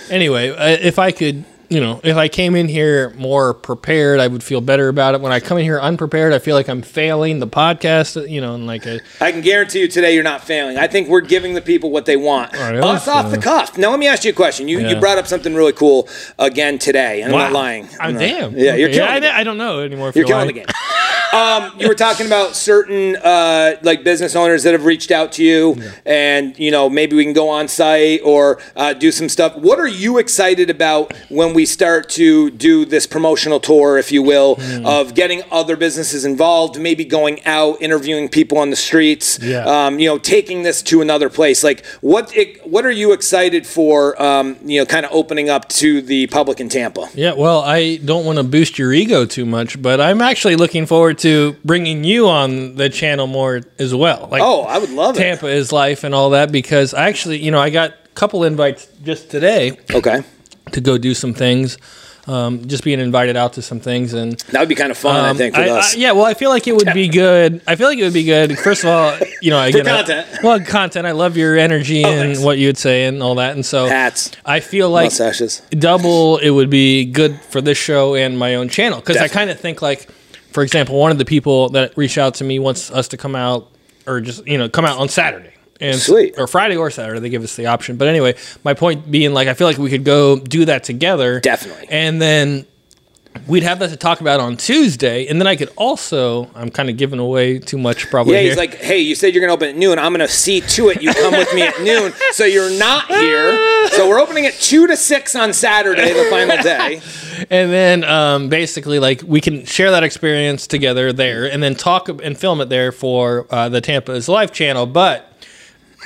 S3: Anyway, I- if I could, you know, if I came in here more prepared, I would feel better about it. When I come in here unprepared, I feel like I'm failing the podcast, you know, and like, a,
S4: I can guarantee you today you're not failing. I think we're giving the people what they want.
S3: right,
S4: Us
S3: so-
S4: off the cuff. Now let me ask you a question. You
S3: Yeah.
S4: you brought up something really cool again today, and I'm not lying.
S3: I'm
S4: not-
S3: damn.
S4: Yeah, you're
S3: Okay.
S4: killing.
S3: I,
S4: it.
S3: I don't know anymore. If
S4: You're killing the
S3: lying.
S4: game. Um, you were talking about certain uh, like business owners that have reached out to you, and you know maybe we can go on site or uh, do some stuff. What are you excited about when we start to do this promotional tour, if you will,
S3: Hmm.
S4: of getting other businesses involved, maybe going out interviewing people on the streets,
S3: Yeah.
S4: um, you know, taking this to another place? Like what it, what are you excited for? Um, you know, kind of opening up to the public in Tampa.
S3: Yeah, well, I don't want to boost your ego too much, but I'm actually looking forward to bringing you on the channel more as well. Like,
S4: Oh, I would love it.
S3: Tampa is life and all that because I actually, you know, I got a couple invites just today
S4: Okay,
S3: to go do some things, um, just being invited out to some things and.
S4: that would be kind of fun. I
S3: um,
S4: think with us.
S3: yeah, well, I feel like it would be good. I feel like it would be good. First of all, you
S4: <laughs>
S3: know, again, I-
S4: content. Oh,
S3: well, content. I love your energy and
S4: thanks.
S3: what you'd say and all that, and so
S4: Hats.
S3: I feel like
S4: mustaches.
S3: double it would be good for this show and my own channel because i kind of think like for example one of the people that reached out to me wants us to come out or just you know come out on saturday and
S4: Sweet.
S3: or friday or saturday they give us the option but anyway my point being like i feel like we could go do that together
S4: Definitely.
S3: and then we'd have that to talk about on tuesday and then i could also i'm kind of giving away too much probably
S4: Yeah, he's
S3: here.
S4: like, hey, you said you're gonna open at noon. I'm gonna see to it you come with
S3: <laughs>
S4: me at noon. So you're not here. So we're opening at two to six on Saturday, the final day.
S3: and then um, basically like we can share that experience together there and then talk ab- and film it there for uh, the tampa is life channel but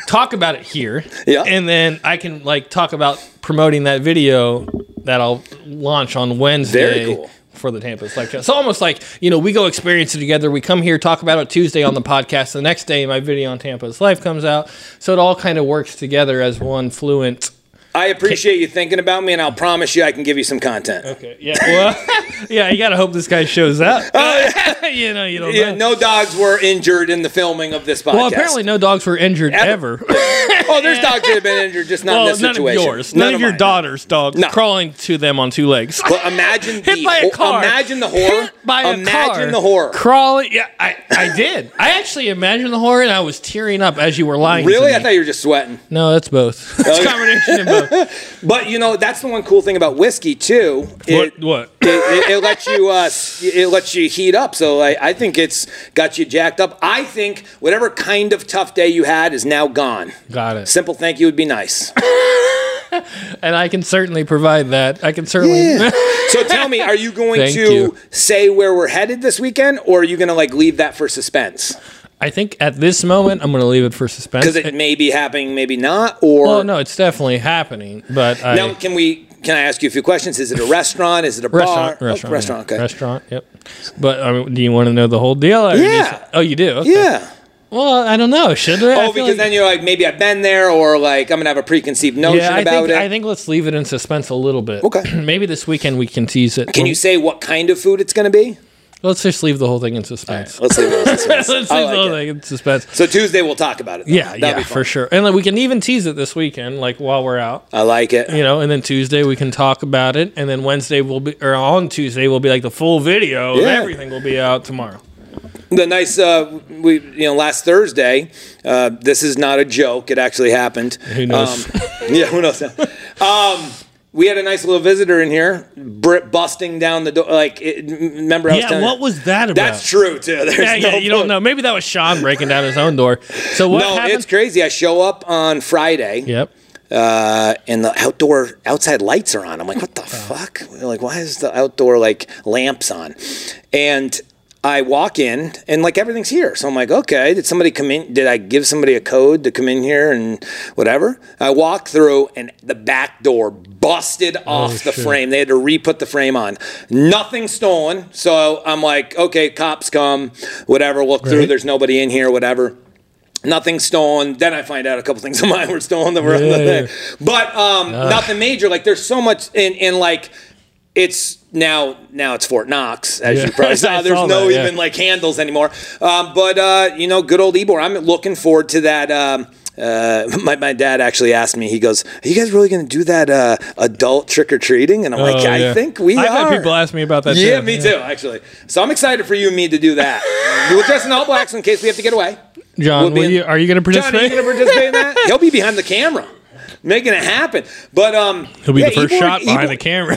S3: talk about it here
S4: Yeah.
S3: and then i can like talk about promoting that video that i'll launch on wednesday
S4: cool.
S3: for the Tampa is Life Channel. So almost like, you know, we go experience it together. We come here, talk about it Tuesday on the podcast. The next day, my video on Tampa's Life comes out. So it all kind of works together as one fluent
S4: I appreciate you thinking about me, and I'll promise you I can give you some content.
S3: Okay. Yeah. Well, <laughs> yeah. You gotta hope this guy shows up. <laughs> you know. You don't.
S4: Oh, Yeah,
S3: know.
S4: no dogs were injured in the filming of this podcast.
S3: Well, apparently no dogs were injured
S4: <laughs>
S3: ever.
S4: oh, there's dogs that have been injured, just not
S3: well,
S4: in this
S3: none
S4: situation.
S3: of yours. None, of your
S4: mine.
S3: daughter's dogs
S4: No.
S3: crawling to them on two legs.
S4: But
S3: <laughs>
S4: imagine
S3: Hit
S4: the
S3: by a
S4: hor-
S3: car.
S4: Imagine the horror.
S3: Hit by a
S4: imagine
S3: car.
S4: the horror.
S3: Crawling. Yeah, I, I did. I actually imagined the horror, and I was tearing up as you were lying. to
S4: Really?
S3: me.
S4: I thought you were just sweating.
S3: no, that's both. <laughs> it's a combination of
S4: <laughs>
S3: both.
S4: But you know, that's the one cool thing about whiskey too. It-
S3: what? What?
S4: it, it, it lets you uh, s- it lets you heat up. So I, I think it's got you jacked up. I think whatever kind of tough day you had is now gone.
S3: Got it.
S4: Simple thank you would be nice.
S3: And I can certainly provide that. I can certainly.
S4: So tell me, are you going
S3: Thank
S4: to
S3: you.
S4: say where we're headed this weekend, or are you going to like leave that for suspense
S3: <laughs> I think at this moment, I'm going to leave it for suspense.
S4: because it may be happening, maybe not? Or
S3: Well, no, it's definitely happening, but I,
S4: now can we Can I ask you a few questions? Is it a restaurant? Is it a
S3: Restaurant,
S4: bar? Oh,
S3: restaurant,
S4: restaurant.
S3: yeah.
S4: Okay.
S3: restaurant. Yep. But I mean, do you want to know the whole deal? or you
S4: Yeah.
S3: just- oh, you do. Okay.
S4: Yeah.
S3: Well, I don't know. Should I? I
S4: Oh,
S3: feel
S4: because
S3: like-
S4: then you're like, maybe I've been there, or like I'm gonna have a preconceived notion
S3: yeah, I
S4: about
S3: think
S4: it.
S3: I think let's leave it in suspense a little bit.
S4: Okay.
S3: <clears throat> Maybe this weekend we can tease it.
S4: Can you say what kind of food it's gonna be?
S3: Let's just leave the whole thing in suspense.
S4: Let's leave it. as
S3: <laughs>
S4: it
S3: Let's leave
S4: is. I
S3: the whole thing
S4: like it.
S3: in suspense.
S4: So Tuesday we'll talk about it. though.
S3: Yeah,
S4: That'll
S3: yeah,
S4: be fun.
S3: for sure. And then we can even tease it this weekend, like while we're out,
S4: I like it.
S3: you know. And then Tuesday we can talk about it, and then Wednesday will be, or on Tuesday will be like the full video, and
S4: Yeah.
S3: everything will be out tomorrow.
S4: the nice uh, we you know last Thursday. Uh, this is not a joke. It actually happened. Who
S3: knows?
S4: Um, yeah, who knows? Um, we had a nice little visitor in here, Brit busting down the door. Like, it, m- remember? I was
S3: Yeah,
S4: telling you-
S3: what was that about?
S4: That's true too. There's
S3: yeah, yeah,
S4: no
S3: you don't
S4: point.
S3: know. Maybe that was Sean breaking down his own door. So what
S4: No,
S3: happened?
S4: it's crazy. I show up on Friday,
S3: yep.
S4: uh, and the outdoor outside lights are on. I'm like, what
S3: <laughs>
S4: the fuck? Like, why is the outdoor like lamps on? And I walk in, and like everything's here. So I'm like, okay, did somebody come in? Did I give somebody a code to come in here and whatever? I walk through, and the back door busted off the
S3: Oh, shit.
S4: frame. They had to re put the frame on. Nothing stolen. So I'm like, okay, cops come, whatever, look through.
S3: Right.
S4: There's nobody in here, whatever nothing stolen. Then I find out a couple things <laughs> of mine were stolen that were on the
S3: Yeah, yeah. Ah.
S4: thing. But um, nothing major. Like there's so much in in like it's now now it's Fort Knox as
S3: Yeah.
S4: you
S3: <laughs>
S4: probably
S3: I
S4: saw. There's
S3: saw
S4: no
S3: that, yeah.
S4: even like handles anymore. Um, but uh, you know, good old Ebor. I'm looking forward to that. Um, uh, <laughs> my, my dad actually asked me. He goes, "Are you guys really going to do that uh, adult trick or treating?" And I'm like,
S3: Oh,
S4: "I
S3: yeah.
S4: think we
S3: I've
S4: are."
S3: had people ask me about that.
S4: yeah,
S3: too.
S4: me too, actually. So I'm excited for you and me to do that. We'll dress in all black in case we have to get away.
S3: John,
S4: We'll be
S3: will
S4: in-
S3: you, are you going to
S4: John, are you
S3: participate?
S4: going to participate in that? <laughs> He'll be behind the camera, making it happen. But um,
S3: <laughs> He'll be
S4: yeah,
S3: the first
S4: Ebor-
S3: shot behind
S4: Ebor-
S3: the camera.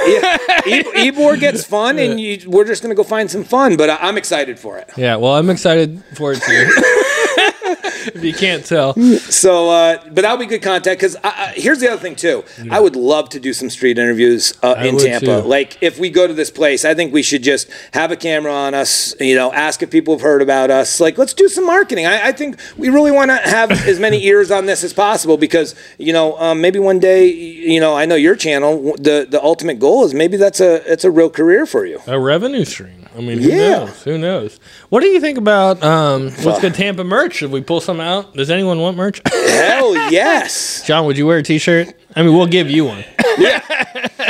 S4: E- <laughs> Ebor gets fun, and you, we're just going to go find some fun. But I, I'm excited for it.
S3: Yeah, well, I'm excited for it too. <laughs> if you can't tell,
S4: So, uh, but that'll be good content because I, I, here's the other thing too. I would love to do some street interviews uh, in
S3: would,
S4: Tampa.
S3: too.
S4: Like if we go to this place, I think we should just have a camera on us. You know, ask if people have heard about us. Like let's do some marketing. I, I think we really want
S3: <laughs>
S4: to have as many ears on this as possible because you know um, maybe one day you know I know your channel. w- The the ultimate goal is maybe that's a it's a real career for
S3: <laughs>
S4: you.
S3: a revenue stream. I mean, who
S4: Yeah.
S3: knows? Who knows? What do you think about um, what's good Tampa merch? Should we pull some out? Does anyone want merch? <laughs>
S4: Hell yes.
S3: John, would you wear a T-shirt? I mean, we'll give you one.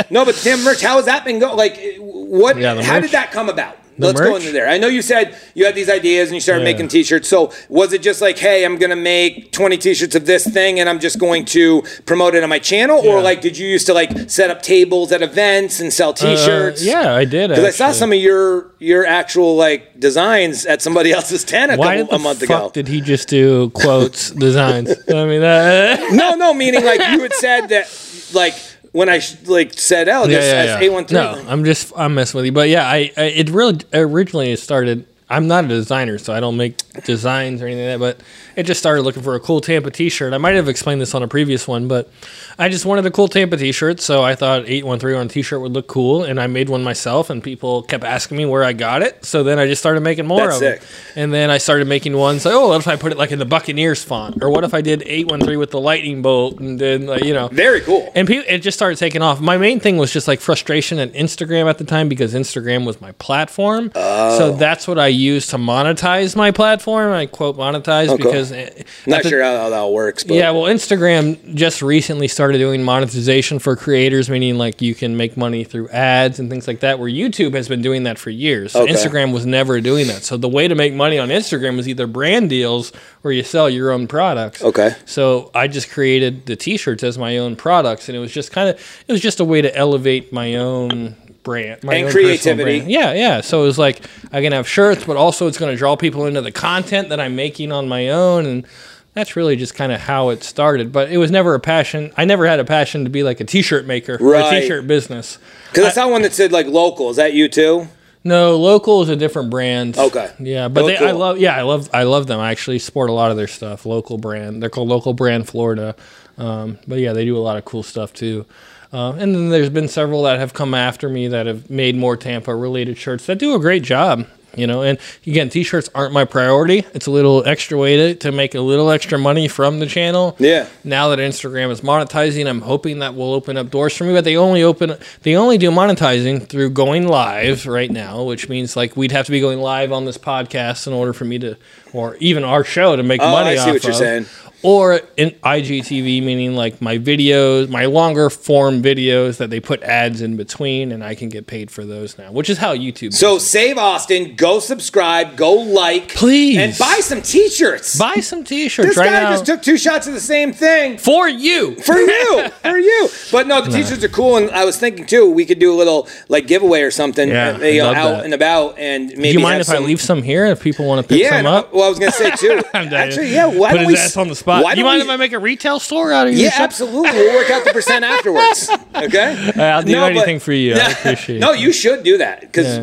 S4: No, but Tim merch, how has that been going? Like, what?
S3: Yeah, the
S4: how
S3: merch.
S4: did that come about?
S3: The
S4: Let's go
S3: merch?
S4: into there. I know you said you had these ideas and you started
S3: Yeah.
S4: making T-shirts. So was it just like, hey, I'm gonna make 20 T-shirts of this thing and I'm just going to promote it on my channel, or
S3: Yeah.
S4: like, did you used to like set up tables at events and sell <laughs> T-shirts?
S3: Uh, yeah, I did.
S4: Because I saw
S3: actually.
S4: some of your your actual like designs at somebody <laughs> else's tent a,
S3: Why
S4: couple,
S3: did the
S4: a month
S3: fuck
S4: ago.
S3: did he just do quotes <laughs> designs? I mean, that,
S4: no, no, meaning like you had said that like when I sh- like said, oh, this A13.
S3: No, I'm just I'm messing with you, but yeah, I, I it really originally started. I'm not a designer, so I don't make designs or anything like that. But it just started looking for a cool Tampa T-shirt. I might have explained this on a previous one, but I just wanted a cool Tampa T-shirt, so I thought eight one three on a T-shirt would look cool, and I made one myself. And people kept asking me where I got it, so then I just started making more
S4: That's
S3: of them.
S4: sick.
S3: And then I started making ones like, oh, what if I put it like in the Buccaneers font, or what if I did eight one three with the lightning bolt, and then like, you know,
S4: Very cool.
S3: and people, it just started taking off. My main thing was just like frustration at Instagram at the time because Instagram was my platform. So that's what I used to monetize my platform. I quote monetize because it,
S4: Not
S3: at the-
S4: sure how, how that works, but
S3: yeah, well, Instagram just recently started doing monetization for creators, meaning like you can make money through ads and things like that, where YouTube has been doing that for years. So
S4: Okay.
S3: Instagram was never doing that. So the way to make money on Instagram was either brand deals or you sell your own products.
S4: Okay.
S3: So I just created the t shirts as my own products, and it was just kind of, it was just a way to elevate my own brand my
S4: And
S3: own personal
S4: creativity.
S3: brand. yeah yeah so it was like i can have shirts but also it's going to draw people into the content that i'm making on my own and that's really just kind of how it started but it was never a passion i never had a passion to be like a t-shirt maker or a
S4: Right.
S3: t-shirt business
S4: because I saw one that said like local. Is that you too?
S3: no local is a different brand
S4: Okay.
S3: yeah but they, i
S4: Local.
S3: love yeah i love i love them i actually support a lot of their stuff local brand they're called local brand florida um, but yeah they do a lot of cool stuff too um, and then there's been several that have come after me that have made more tampa related shirts that do a great job you know and again t-shirts aren't my priority it's a little extra way to, to make a little extra money from the channel
S4: Yeah.
S3: now that instagram is monetizing i'm hoping that will open up doors for me but they only open they only do monetizing through going live right now which means like we'd have to be going live on this podcast in order for me to or even our show to make
S4: Oh,
S3: money
S4: I see
S3: off
S4: what you're
S3: of.
S4: saying.
S3: or in IGTV, meaning like my videos, my longer form videos that they put ads in between, and I can get paid for those now, which is how YouTube.
S4: So save Austin, go subscribe, go like,
S3: Please.
S4: and buy some t-shirts.
S3: Buy some T-shirts
S4: this
S3: right
S4: guy
S3: now
S4: just took two shots of the same thing
S3: for you.
S4: for
S3: <laughs>
S4: you, for you. But no, the t-shirts are cool, and I was thinking too, we could do a little like giveaway or something,
S3: Yeah,
S4: uh, you
S3: I
S4: know,
S3: love
S4: out
S3: that.
S4: and about, and maybe.
S3: Do you mind
S4: have
S3: if I
S4: some-
S3: leave some here if people want to pick
S4: Yeah,
S3: some
S4: no,
S3: up?
S4: well, I was gonna say too.
S3: <laughs> I'm dying.
S4: actually, yeah. Why
S3: Put
S4: don't
S3: his
S4: we
S3: ass on the spot?
S4: Why
S3: you
S4: don't
S3: mind
S4: we,
S3: if I make a retail store out of your
S4: Yeah,
S3: shop?
S4: absolutely. We'll work out the percent afterwards. Okay.
S3: I'll do
S4: No, but-
S3: anything for
S4: <laughs>
S3: you. I appreciate
S4: no,
S3: it.
S4: you should do that because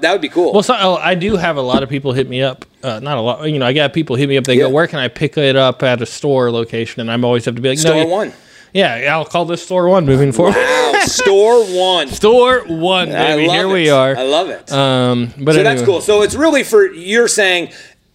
S4: that would be cool.
S3: Well, so, oh, I do have a lot of people hit me up. Uh, not a lot, you know. I got people hit me up. They
S4: Yeah.
S3: go, "Where can I pick it up at a store location?" And I'm always have to be like,
S4: store
S3: "No, you- <laughs>
S4: one.
S3: Yeah, I'll call this store one moving forward.
S4: Wow, <laughs> store one.
S3: Store one,
S4: I
S3: baby.
S4: love
S3: Here
S4: it.
S3: we are.
S4: I love it.
S3: Um, but
S4: so
S3: anyway.
S4: that's cool. So it's really for you're saying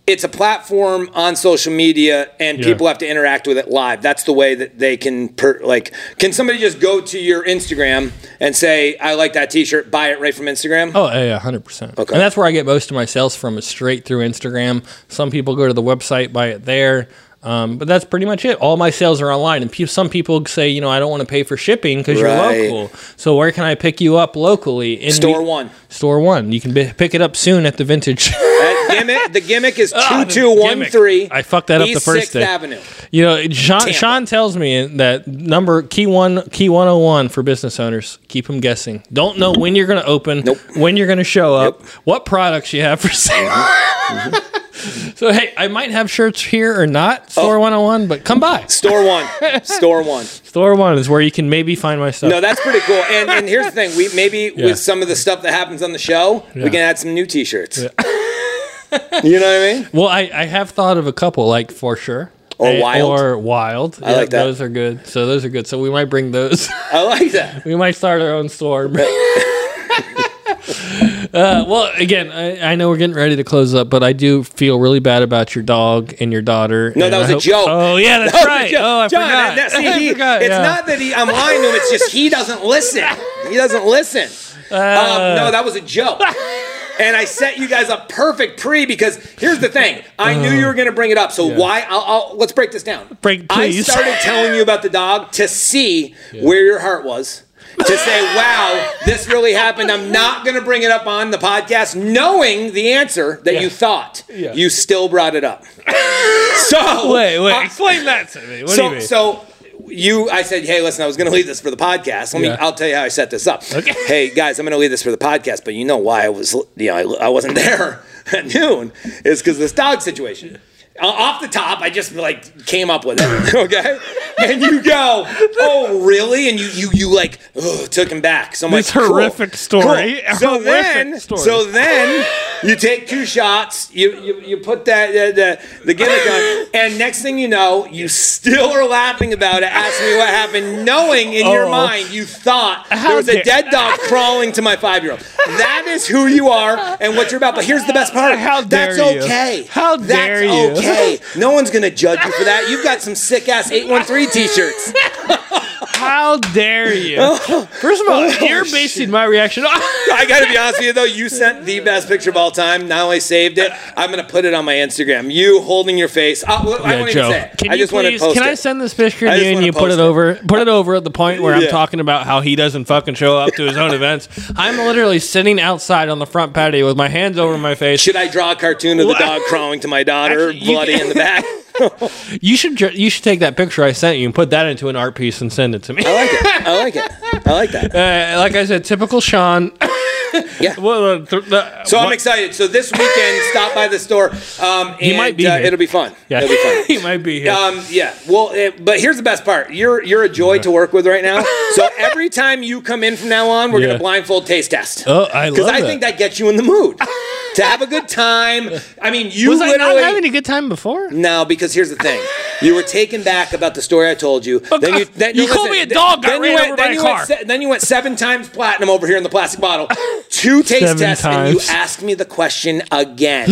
S4: it's a platform on social media and
S3: Yeah.
S4: people have to interact with it live. That's the way that they can per, like can somebody just go to your Instagram and say I like that t-shirt, buy it right from Instagram?
S3: Oh yeah, hundred percent.
S4: Okay.
S3: and that's where I get most of my sales from is straight through Instagram. Some people go to the website, buy it there, um, but that's pretty much it. All my sales are online, and pe- some people say, you know, I don't want to pay for shipping because
S4: Right.
S3: you're local. So where can I pick you up locally? In
S4: Store one.
S3: Store one. You can bi- pick it up soon at the vintage. <laughs>
S4: That gimmick, the gimmick is
S3: Ah, the
S4: 2213.
S3: gimmick. I fucked that up
S4: East
S3: the first
S4: 6th
S3: day.
S4: Avenue.
S3: You know, Sean,
S4: Tampa.
S3: Sean tells me that number key one key one hundred one for business owners. Keep them guessing. Don't know when you're going to open,
S4: Nope.
S3: when you're going to show up,
S4: Yep. Mm-hmm.
S3: what products you have for sale. <laughs> so hey, I might have shirts here or
S4: Oh.
S3: not. Store one hundred one, but come by.
S4: Store one. Store one.
S3: Store one is where you can maybe find my stuff.
S4: No, that's pretty cool. And and here's the thing: we maybe
S3: Yeah.
S4: with some of the stuff that happens on the show, we
S3: Yeah.
S4: can add some new T-shirts. <laughs> you know what I mean?
S3: well, I, I have thought of a couple like for sure.
S4: Or
S3: Eh,
S4: Wild.
S3: Or wild. I
S4: like that.
S3: Those are good. So those are good. So we might bring those. <laughs>
S4: I like that.
S3: We might start our own store. <laughs> uh, well, again, I, I know we're getting ready to close up, but I do feel really bad about your dog and your daughter.
S4: No,
S3: and
S4: that was
S3: I
S4: a joke.
S3: Oh, yeah, that's
S4: That was
S3: right.
S4: John-
S3: Oh, I
S4: John,
S3: forgot.
S4: that-
S3: <laughs>
S4: see,
S3: I
S4: he-
S3: forgot,
S4: It's
S3: yeah.
S4: not that he, I'm lying to him. It's just he doesn't listen. He doesn't listen.
S3: Uh.
S4: um, no, that was
S3: <laughs>
S4: a joke. And I set you guys up perfect pre because here's the thing. I knew you were going to bring it up. So why? I'll, I'll let's break this down.
S3: Break, please.
S4: I started telling you about the dog to see where your heart was. To say, wow, this really happened. I'm not going to bring it up on the podcast, knowing the answer that you thought.
S3: Yeah.
S4: You still brought it up. so
S3: Wait, wait.
S4: I-
S3: Uh, explain that to me. What do you
S4: so,
S3: mean?
S4: so you, I said, hey, listen, I was going to leave this for the podcast. Let me,
S3: Yeah.
S4: I'll tell you how I set this up.
S3: Okay.
S4: <laughs> Hey guys, I'm going to leave this for the podcast, but you know why I was, you know, I, I wasn't <laughs> there at noon is because this dog situation. Uh, off the top, I just like came up with it. <laughs> Okay, and you go, oh really? And you you you like ugh, took him back. So I'm
S3: This
S4: like, cool,
S3: horrific story.
S4: cool. So
S3: Horrific
S4: then,
S3: story.
S4: so then you take two shots. You you, you put that uh, the the gimmick on, and next thing you know, you still are laughing about it. Asking me what happened, knowing in your
S3: Oh.
S4: mind you thought
S3: How
S4: there was a
S3: dare-
S4: dead dog crawling to my five year old. That is who you are and what you're about. But here's the best part.
S3: How dare
S4: That's
S3: you.
S4: okay.
S3: How dare
S4: That's
S3: you.
S4: okay. No one's gonna judge you for that. You've got some sick ass 813 t-shirts.
S3: How dare
S4: <laughs>
S3: you? First of all,
S4: Oh,
S3: you're basing my reaction.
S4: I gotta be honest with you though, you sent the best picture of all time. Not only saved it, I'm gonna put it on my Instagram. You holding your face. Uh, I, I
S3: Yeah,
S4: won't
S3: Joe.
S4: even say it.
S5: Can
S4: I
S5: you
S4: just wanna
S5: please-
S4: post
S3: Can I
S4: it.
S3: send this picture
S4: I
S3: to
S4: just
S3: you and
S4: wanna
S3: you put
S4: post
S3: it
S4: it.
S3: over? Put it over at the point where
S4: Yeah.
S3: I'm talking about how he doesn't fucking show up to his
S4: <laughs>
S3: own events. I'm literally sitting outside on the front patio with my hands over my face.
S4: Should I draw a cartoon of the dog crawling to my daughter,
S3: Actually, you
S4: bloody
S3: can-
S4: in the back?
S3: You should ju- you should take that picture I sent you and put that into an art piece and send it
S4: <laughs>
S3: to me.
S4: I like it. I like it. I like that.
S3: Uh, like I said, typical <laughs> Sean.
S4: Yeah.
S3: Well, uh, th- the-
S4: So I'm
S3: what-
S4: excited. So this weekend, stop by the store. Um, and,
S3: might be
S4: uh,
S3: here.
S4: It'll be fun.
S3: Yeah.
S4: It'll be fun.
S3: <laughs> he might be here.
S4: Um, yeah. Well, eh, but here's the best part. You're you're a joy to work with
S3: <laughs>
S4: right now. So every time you come in from now on, we're
S3: Yeah.
S4: gonna blindfold taste test.
S3: oh, I
S4: Because
S3: love
S4: I
S3: that.
S4: think that gets you in the mood to have a good time. I mean, you
S3: was I
S4: literally
S3: not having a good time before?
S4: no. Because here's the thing. You were taken back about the story I told you. then you then,
S3: you
S4: no,
S3: called me a dog, I
S4: Then you
S3: ran
S4: went,
S3: over
S4: then
S3: by a
S4: you
S3: car.
S4: Went se- then you went seven times platinum over here in the plastic bottle.
S3: <laughs>
S4: Two taste
S5: Seven
S4: tests, and you
S5: times.
S4: asked me the question
S3: <laughs>
S4: again,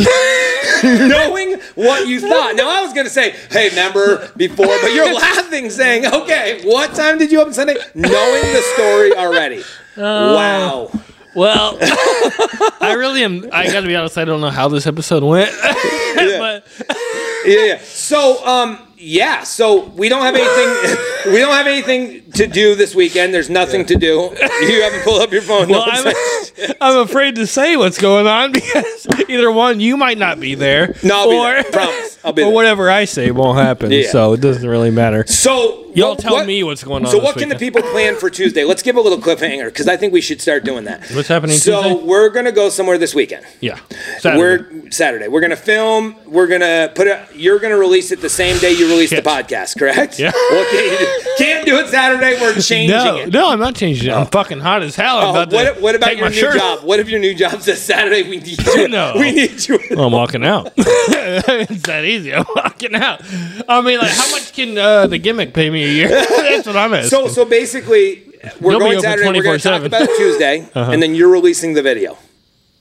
S4: knowing what you thought. Now I was gonna say, "Hey, remember before?"
S3: <laughs>
S4: But you're laughing, saying, "Okay, what time did you open Sunday?" Knowing the story
S3: <laughs>
S4: already.
S3: Oh.
S4: wow. <laughs>
S3: Well, <laughs> I really am. I got to be honest. I don't know how this episode went, <laughs> but
S4: yeah, yeah. So, um, yeah. So we don't have anything. <laughs> we don't have anything to do this weekend. There's nothing to do. You haven't pulled up your phone.
S3: well,
S4: No,
S3: I'm, <laughs> I'm afraid to say what's going on <laughs> because either one, you might not be there,
S4: no, I'll be
S3: or
S4: there. Promise, I'll
S3: <laughs>
S4: be
S3: or
S4: there.
S3: whatever I say won't happen.
S4: Yeah.
S3: So it doesn't really matter.
S4: So
S3: Y'all
S4: what-
S3: tell
S4: what-
S3: me what's going on.
S4: So
S3: this
S4: what can the
S3: weekend.
S4: people plan for Tuesday? Let's give a little cliffhanger because I think we should start doing that.
S3: What's happening
S4: So
S3: Tuesday?
S4: we're gonna go somewhere this weekend.
S3: Yeah, Saturday.
S4: We're Saturday. We're gonna film. We're gonna put it. You're gonna release it the same day you release
S3: Yes.
S4: the podcast, correct?
S3: Yeah.
S4: Well, can't, can't do it Saturday. We're
S3: <laughs>
S4: changing
S3: no,
S4: it.
S3: no, I'm not changing it. I'm fucking hot as hell. I'm
S4: Oh,
S3: about to
S4: what, what about
S3: take
S4: your
S3: my
S4: new
S3: shirt
S4: job? What if your new job says Saturday we need you?
S3: No.
S4: We need you.
S3: I'm walking out. <laughs> it's that easy. I'm walking out. I mean, like, how much can uh, the gimmick pay me a year? <laughs> That's what I'm asking.
S4: So so basically, we're
S3: You'll be open Uh-huh.
S4: going Saturday. We're going to talk
S3: 24/7.
S4: about
S3: <laughs>
S4: it Tuesday, and then you're releasing the video.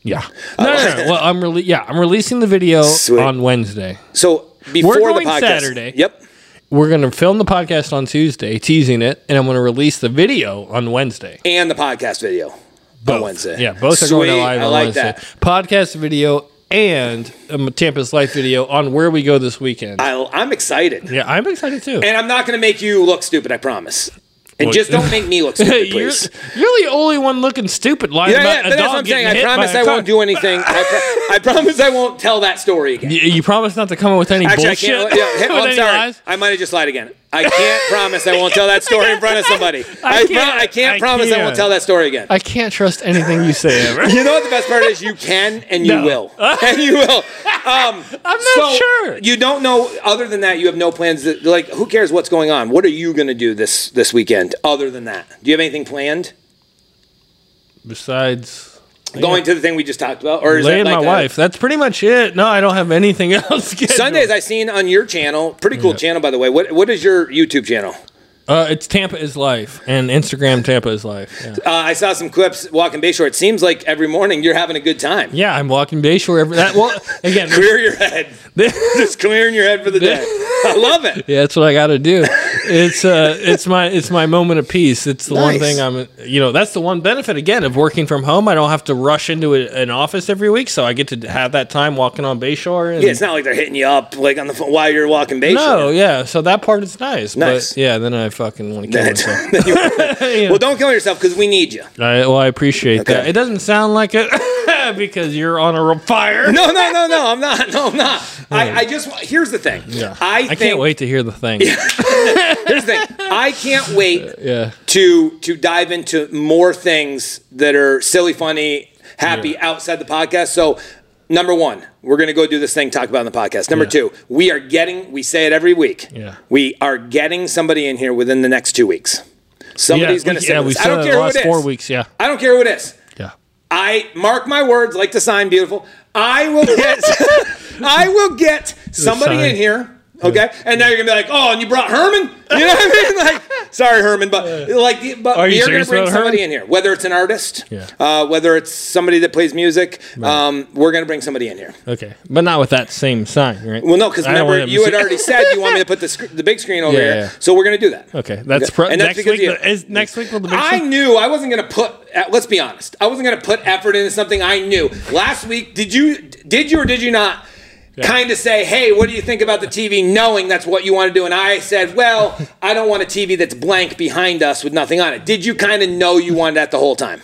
S3: yeah. No, no, no. Well, I'm really yeah. I'm releasing the video
S4: Sweet.
S3: on Wednesday.
S4: So before
S3: going
S4: the podcast,
S3: Saturday.
S4: Yep.
S3: We're gonna film the podcast on Tuesday, teasing it, and I'm gonna release the video on Wednesday.
S4: And the podcast video on
S3: Both.
S4: Wednesday.
S3: Yeah, both are
S4: Sweet,
S3: going live
S4: I
S3: on
S4: like
S3: Wednesday.
S4: that.
S3: Podcast video and um, Tampa's Life video on where we go this weekend.
S4: I, I'm excited,
S3: yeah, I'm excited too.
S4: and I'm not going to make you look stupid. I promise. And
S3: Well,
S4: just don't
S3: <laughs>
S4: make me look
S3: Hey, <laughs>
S4: stupid,
S3: you're, you're
S4: please.
S3: the only one looking stupid lying
S4: Yeah, yeah,
S3: about
S4: but
S3: a
S4: that's
S3: dog
S4: what I'm
S3: getting
S4: saying. I
S3: hit
S4: promise
S3: by a
S4: I
S3: car.
S4: won't do anything. I, pro- I promise I won't tell that story again.
S3: You, you promise not to come up with any
S4: Actually,
S3: bullshit.
S4: I can't. Yeah,
S3: <laughs> With
S4: I'm
S3: any
S4: sorry.
S3: lies?
S4: I might have just lied again. I can't promise I won't tell that story in front of somebody.
S3: <laughs> I
S4: I, pro-
S3: can't.
S4: I can't
S3: I
S4: promise I
S3: can't.
S4: won't tell that story again.
S3: I can't trust anything you say ever. <laughs>
S4: you know what the best part is? You can and you
S3: No. <laughs>
S4: will. and you will. Um,
S3: I'm not
S4: so
S3: sure.
S4: You don't know. Other than that, you have no plans. That, like, who cares what's going on? What are you going to do this this weekend? Other than that, do you have anything planned?
S3: Besides
S4: Going to the thing we just talked about, or is
S3: laying
S4: that
S3: my
S4: like a-
S3: wife, that's pretty much it. No, I don't have anything <laughs> else. scheduled.
S4: Sundays I seen on your channel. Pretty cool channel, by the way. What what is your YouTube channel?
S3: uh, it's Tampa is life and Instagram Tampa is life. Yeah,
S4: Uh, I saw some clips walking Bayshore. It seems like every morning you're having a good time.
S3: Yeah, I'm walking Bayshore every that. Well, again,
S4: Clear
S3: <laughs>
S4: your head. Just clearing your head for the day. I love it.
S3: Yeah, that's what I got to do. It's uh, it's my it's my moment of peace. It's the one
S4: Nice.
S3: thing I'm you know that's the one benefit again of working from home. I don't have to rush into a, an office every week, so I get to have that time walking on Bayshore. And,
S4: Yeah, it's not like they're hitting you up like on the phone while you're walking Bayshore. <laughs>
S3: no, yeah. So that part is nice.
S4: Nice.
S3: But yeah, then I fucking want to kill
S4: That-
S3: myself.
S4: <laughs> that
S3: <laughs>
S4: you- Well, don't kill yourself because we need you.
S3: I, well, I appreciate that.
S4: Okay.
S3: It doesn't sound like it <laughs> because you're on a re- fire.
S4: No, no, no, no. I'm not. No,
S3: <laughs>
S4: I'm not. I, I just wa- here's the thing. I, think,
S3: can't wait to hear the thing.
S4: Here's the thing. I can't wait
S3: <laughs> yeah.
S4: to to dive into more things that are silly, funny, happy outside the podcast. So, number one, we're gonna go do this thing, talk about it on the podcast. Number two, we are getting. We say it every week.
S3: Yeah.
S4: we are getting somebody in here within the next two weeks. Somebody's
S3: yeah,
S4: gonna
S3: we,
S4: say
S3: yeah, we
S4: this. I
S3: said
S4: don't
S3: it
S4: care who
S3: last
S4: it is.
S3: four weeks. Yeah.
S4: I don't care who it is.
S3: Yeah.
S4: I mark my words, like the sign, beautiful. I will get, <laughs> I will get somebody
S3: sign.
S4: in here. Okay, and now you're gonna be like, oh, and you brought Herman. <laughs> You know what I mean? Like, sorry, Herman, but like, the- but
S3: Are you
S4: you're gonna
S3: serious
S4: bring
S3: about
S4: somebody
S3: Herman?
S4: in here, whether it's an artist,
S3: Yeah.
S4: uh, whether it's somebody that plays music. Um, we're gonna bring somebody in here.
S3: Okay. But not with that same sign, right?
S4: Well, no, because
S3: I don't want
S4: remember
S3: him to
S4: you had
S3: see-
S4: already said you want me to put the sc- the big screen
S3: <laughs>
S4: over
S3: Yeah,
S4: here,
S3: yeah.
S4: so we're gonna do
S3: <laughs>
S4: that.
S3: Okay, that's
S4: Okay.
S3: pro-
S4: And that's
S3: next
S4: because
S3: week.
S4: you-
S3: the- is next week will the big
S4: I
S3: show?
S4: knew I wasn't gonna put. uh, Let's be honest. I wasn't gonna put effort into something I knew. Last week, did you did you or did you not kind of say, "Hey, what do you think about the TV?" Knowing that's what you want to do, and I said, "Well, I don't want a TV that's blank behind us with nothing on it." Did you kind of know you wanted that the whole time?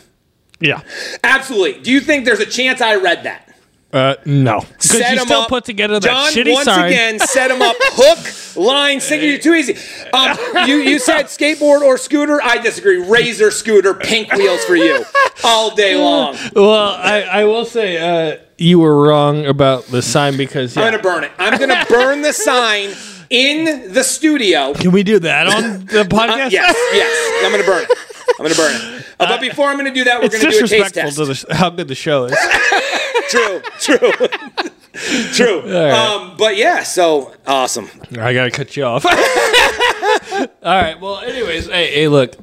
S3: Yeah.
S4: Absolutely. Do you think there's a chance I read that?
S3: Uh,
S4: <laughs>
S3: no. Because
S4: Set
S3: you
S4: 'em
S3: still
S4: up.
S3: put together that
S4: John,
S3: shitty
S4: once
S3: sign.
S4: again, set
S3: <laughs>
S4: him up. Hook, line, sinker. You're too easy. Um, you you said skateboard or scooter. I disagree. Razor scooter, pink wheels for you all day long.
S3: Well, I, I will say uh, you were wrong about the sign because yeah,
S4: I'm gonna burn it. I'm gonna burn the sign in the studio.
S3: can we do that on
S4: <laughs>
S3: the podcast?
S4: Uh, Yes, yes. I'm gonna burn it. I'm gonna burn it. Uh, but before I'm gonna do that, we're
S3: <laughs> It's
S4: <laughs> gonna do a taste
S3: disrespectful
S4: test.
S3: to the, sh- how good the show is.
S4: True, <laughs> true. True. Um, but yeah, so awesome.
S3: I gotta cut you off. <laughs> All right. Well, anyways, hey, hey, look,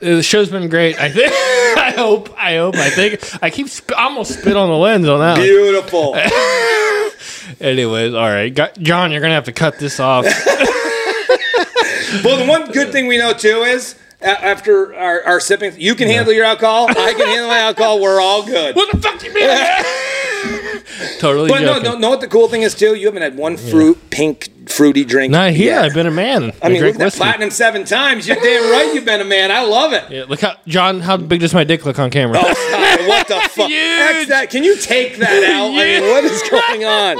S3: the show's been great. I think. <laughs> I hope. I hope. I think. I keep sp- I almost spit on the lens on that. one.
S4: Beautiful.
S3: Anyways, all right, Got- John, you're gonna have to cut this off.
S4: well, the one good thing we know too is a- after our, our sipping, you can handle your alcohol. I can handle my alcohol. We're all good.
S3: <laughs> what the fuck do you mean? totally.
S4: But no,
S3: joking.
S4: no, know what the cool thing is too? You haven't had one fruit, pink, fruity drink.
S3: Not here.
S4: yet.
S3: I've been a man.
S4: I mean,
S3: drink
S4: look at that
S3: whiskey.
S4: platinum seven times. You're damn right. You've been a man. I love it.
S3: Yeah, look how John. How big does my dick look on camera?
S4: Oh, <laughs> stop.
S3: <laughs>
S4: what the fuck? X that. Can you take that out? I mean,
S3: <laughs>
S4: what is going on?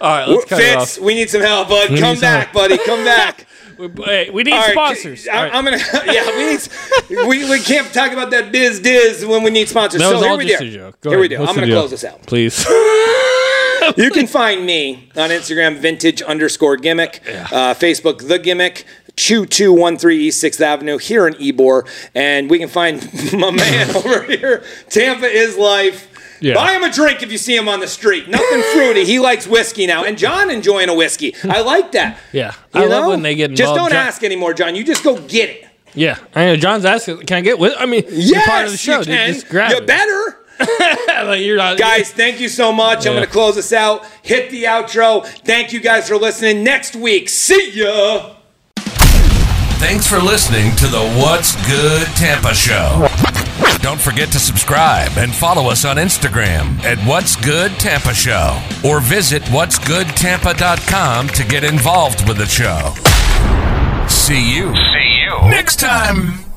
S3: all right, let's cut it
S4: Fitz,
S3: off.
S4: we need some help, bud.
S3: need
S4: Come
S3: some
S4: back,
S3: help.
S4: buddy.
S3: <laughs>
S4: Come back.
S3: We, hey, we need
S4: All right,
S3: sponsors.
S4: I,
S3: All right.
S4: am gonna. <laughs> Yeah, we need. We, we can't talk about that biz diz when we need sponsors.
S3: that
S4: so
S3: was
S4: here
S3: all
S4: we
S3: just
S4: do.
S3: a joke. Go
S4: here we
S3: ahead.
S4: do.
S3: What's
S4: I'm
S3: the
S4: gonna
S3: deal?
S4: close this out.
S3: please.
S4: <laughs> You can find me on Instagram, vintage underscore gimmick, uh, Facebook, the gimmick, chew 213 East 6th E Avenue here in Ebor. And we can find <laughs>
S3: <laughs>
S4: my man over here. Tampa is life.
S3: Yeah.
S4: Buy him a drink if you see him on the
S3: <laughs>
S4: street. Nothing fruity. He likes whiskey now. And John enjoying a whiskey. I like that.
S3: Yeah,
S4: You
S3: I love
S4: know?
S3: when they get involved.
S4: Just don't
S3: John-
S4: ask anymore, John. You just go get it.
S3: Yeah, I know. John's asking, "Can I get with?" I mean, you're
S4: Yes,
S3: part of the show,
S4: you
S3: dude.
S4: can.
S3: Just grab
S4: you
S3: it.
S4: better.
S3: <laughs> Like, you're not,
S4: guys thank you so much i'm
S3: Yeah.
S4: gonna close this out hit the outro thank you guys for listening next week see ya
S1: Thanks for listening to the What's Good Tampa Show. Don't forget to subscribe and follow us on Instagram at What's Good Tampa Show or visit what'sgoodtampa.com to get involved with the show. See you
S2: See you.
S1: next time.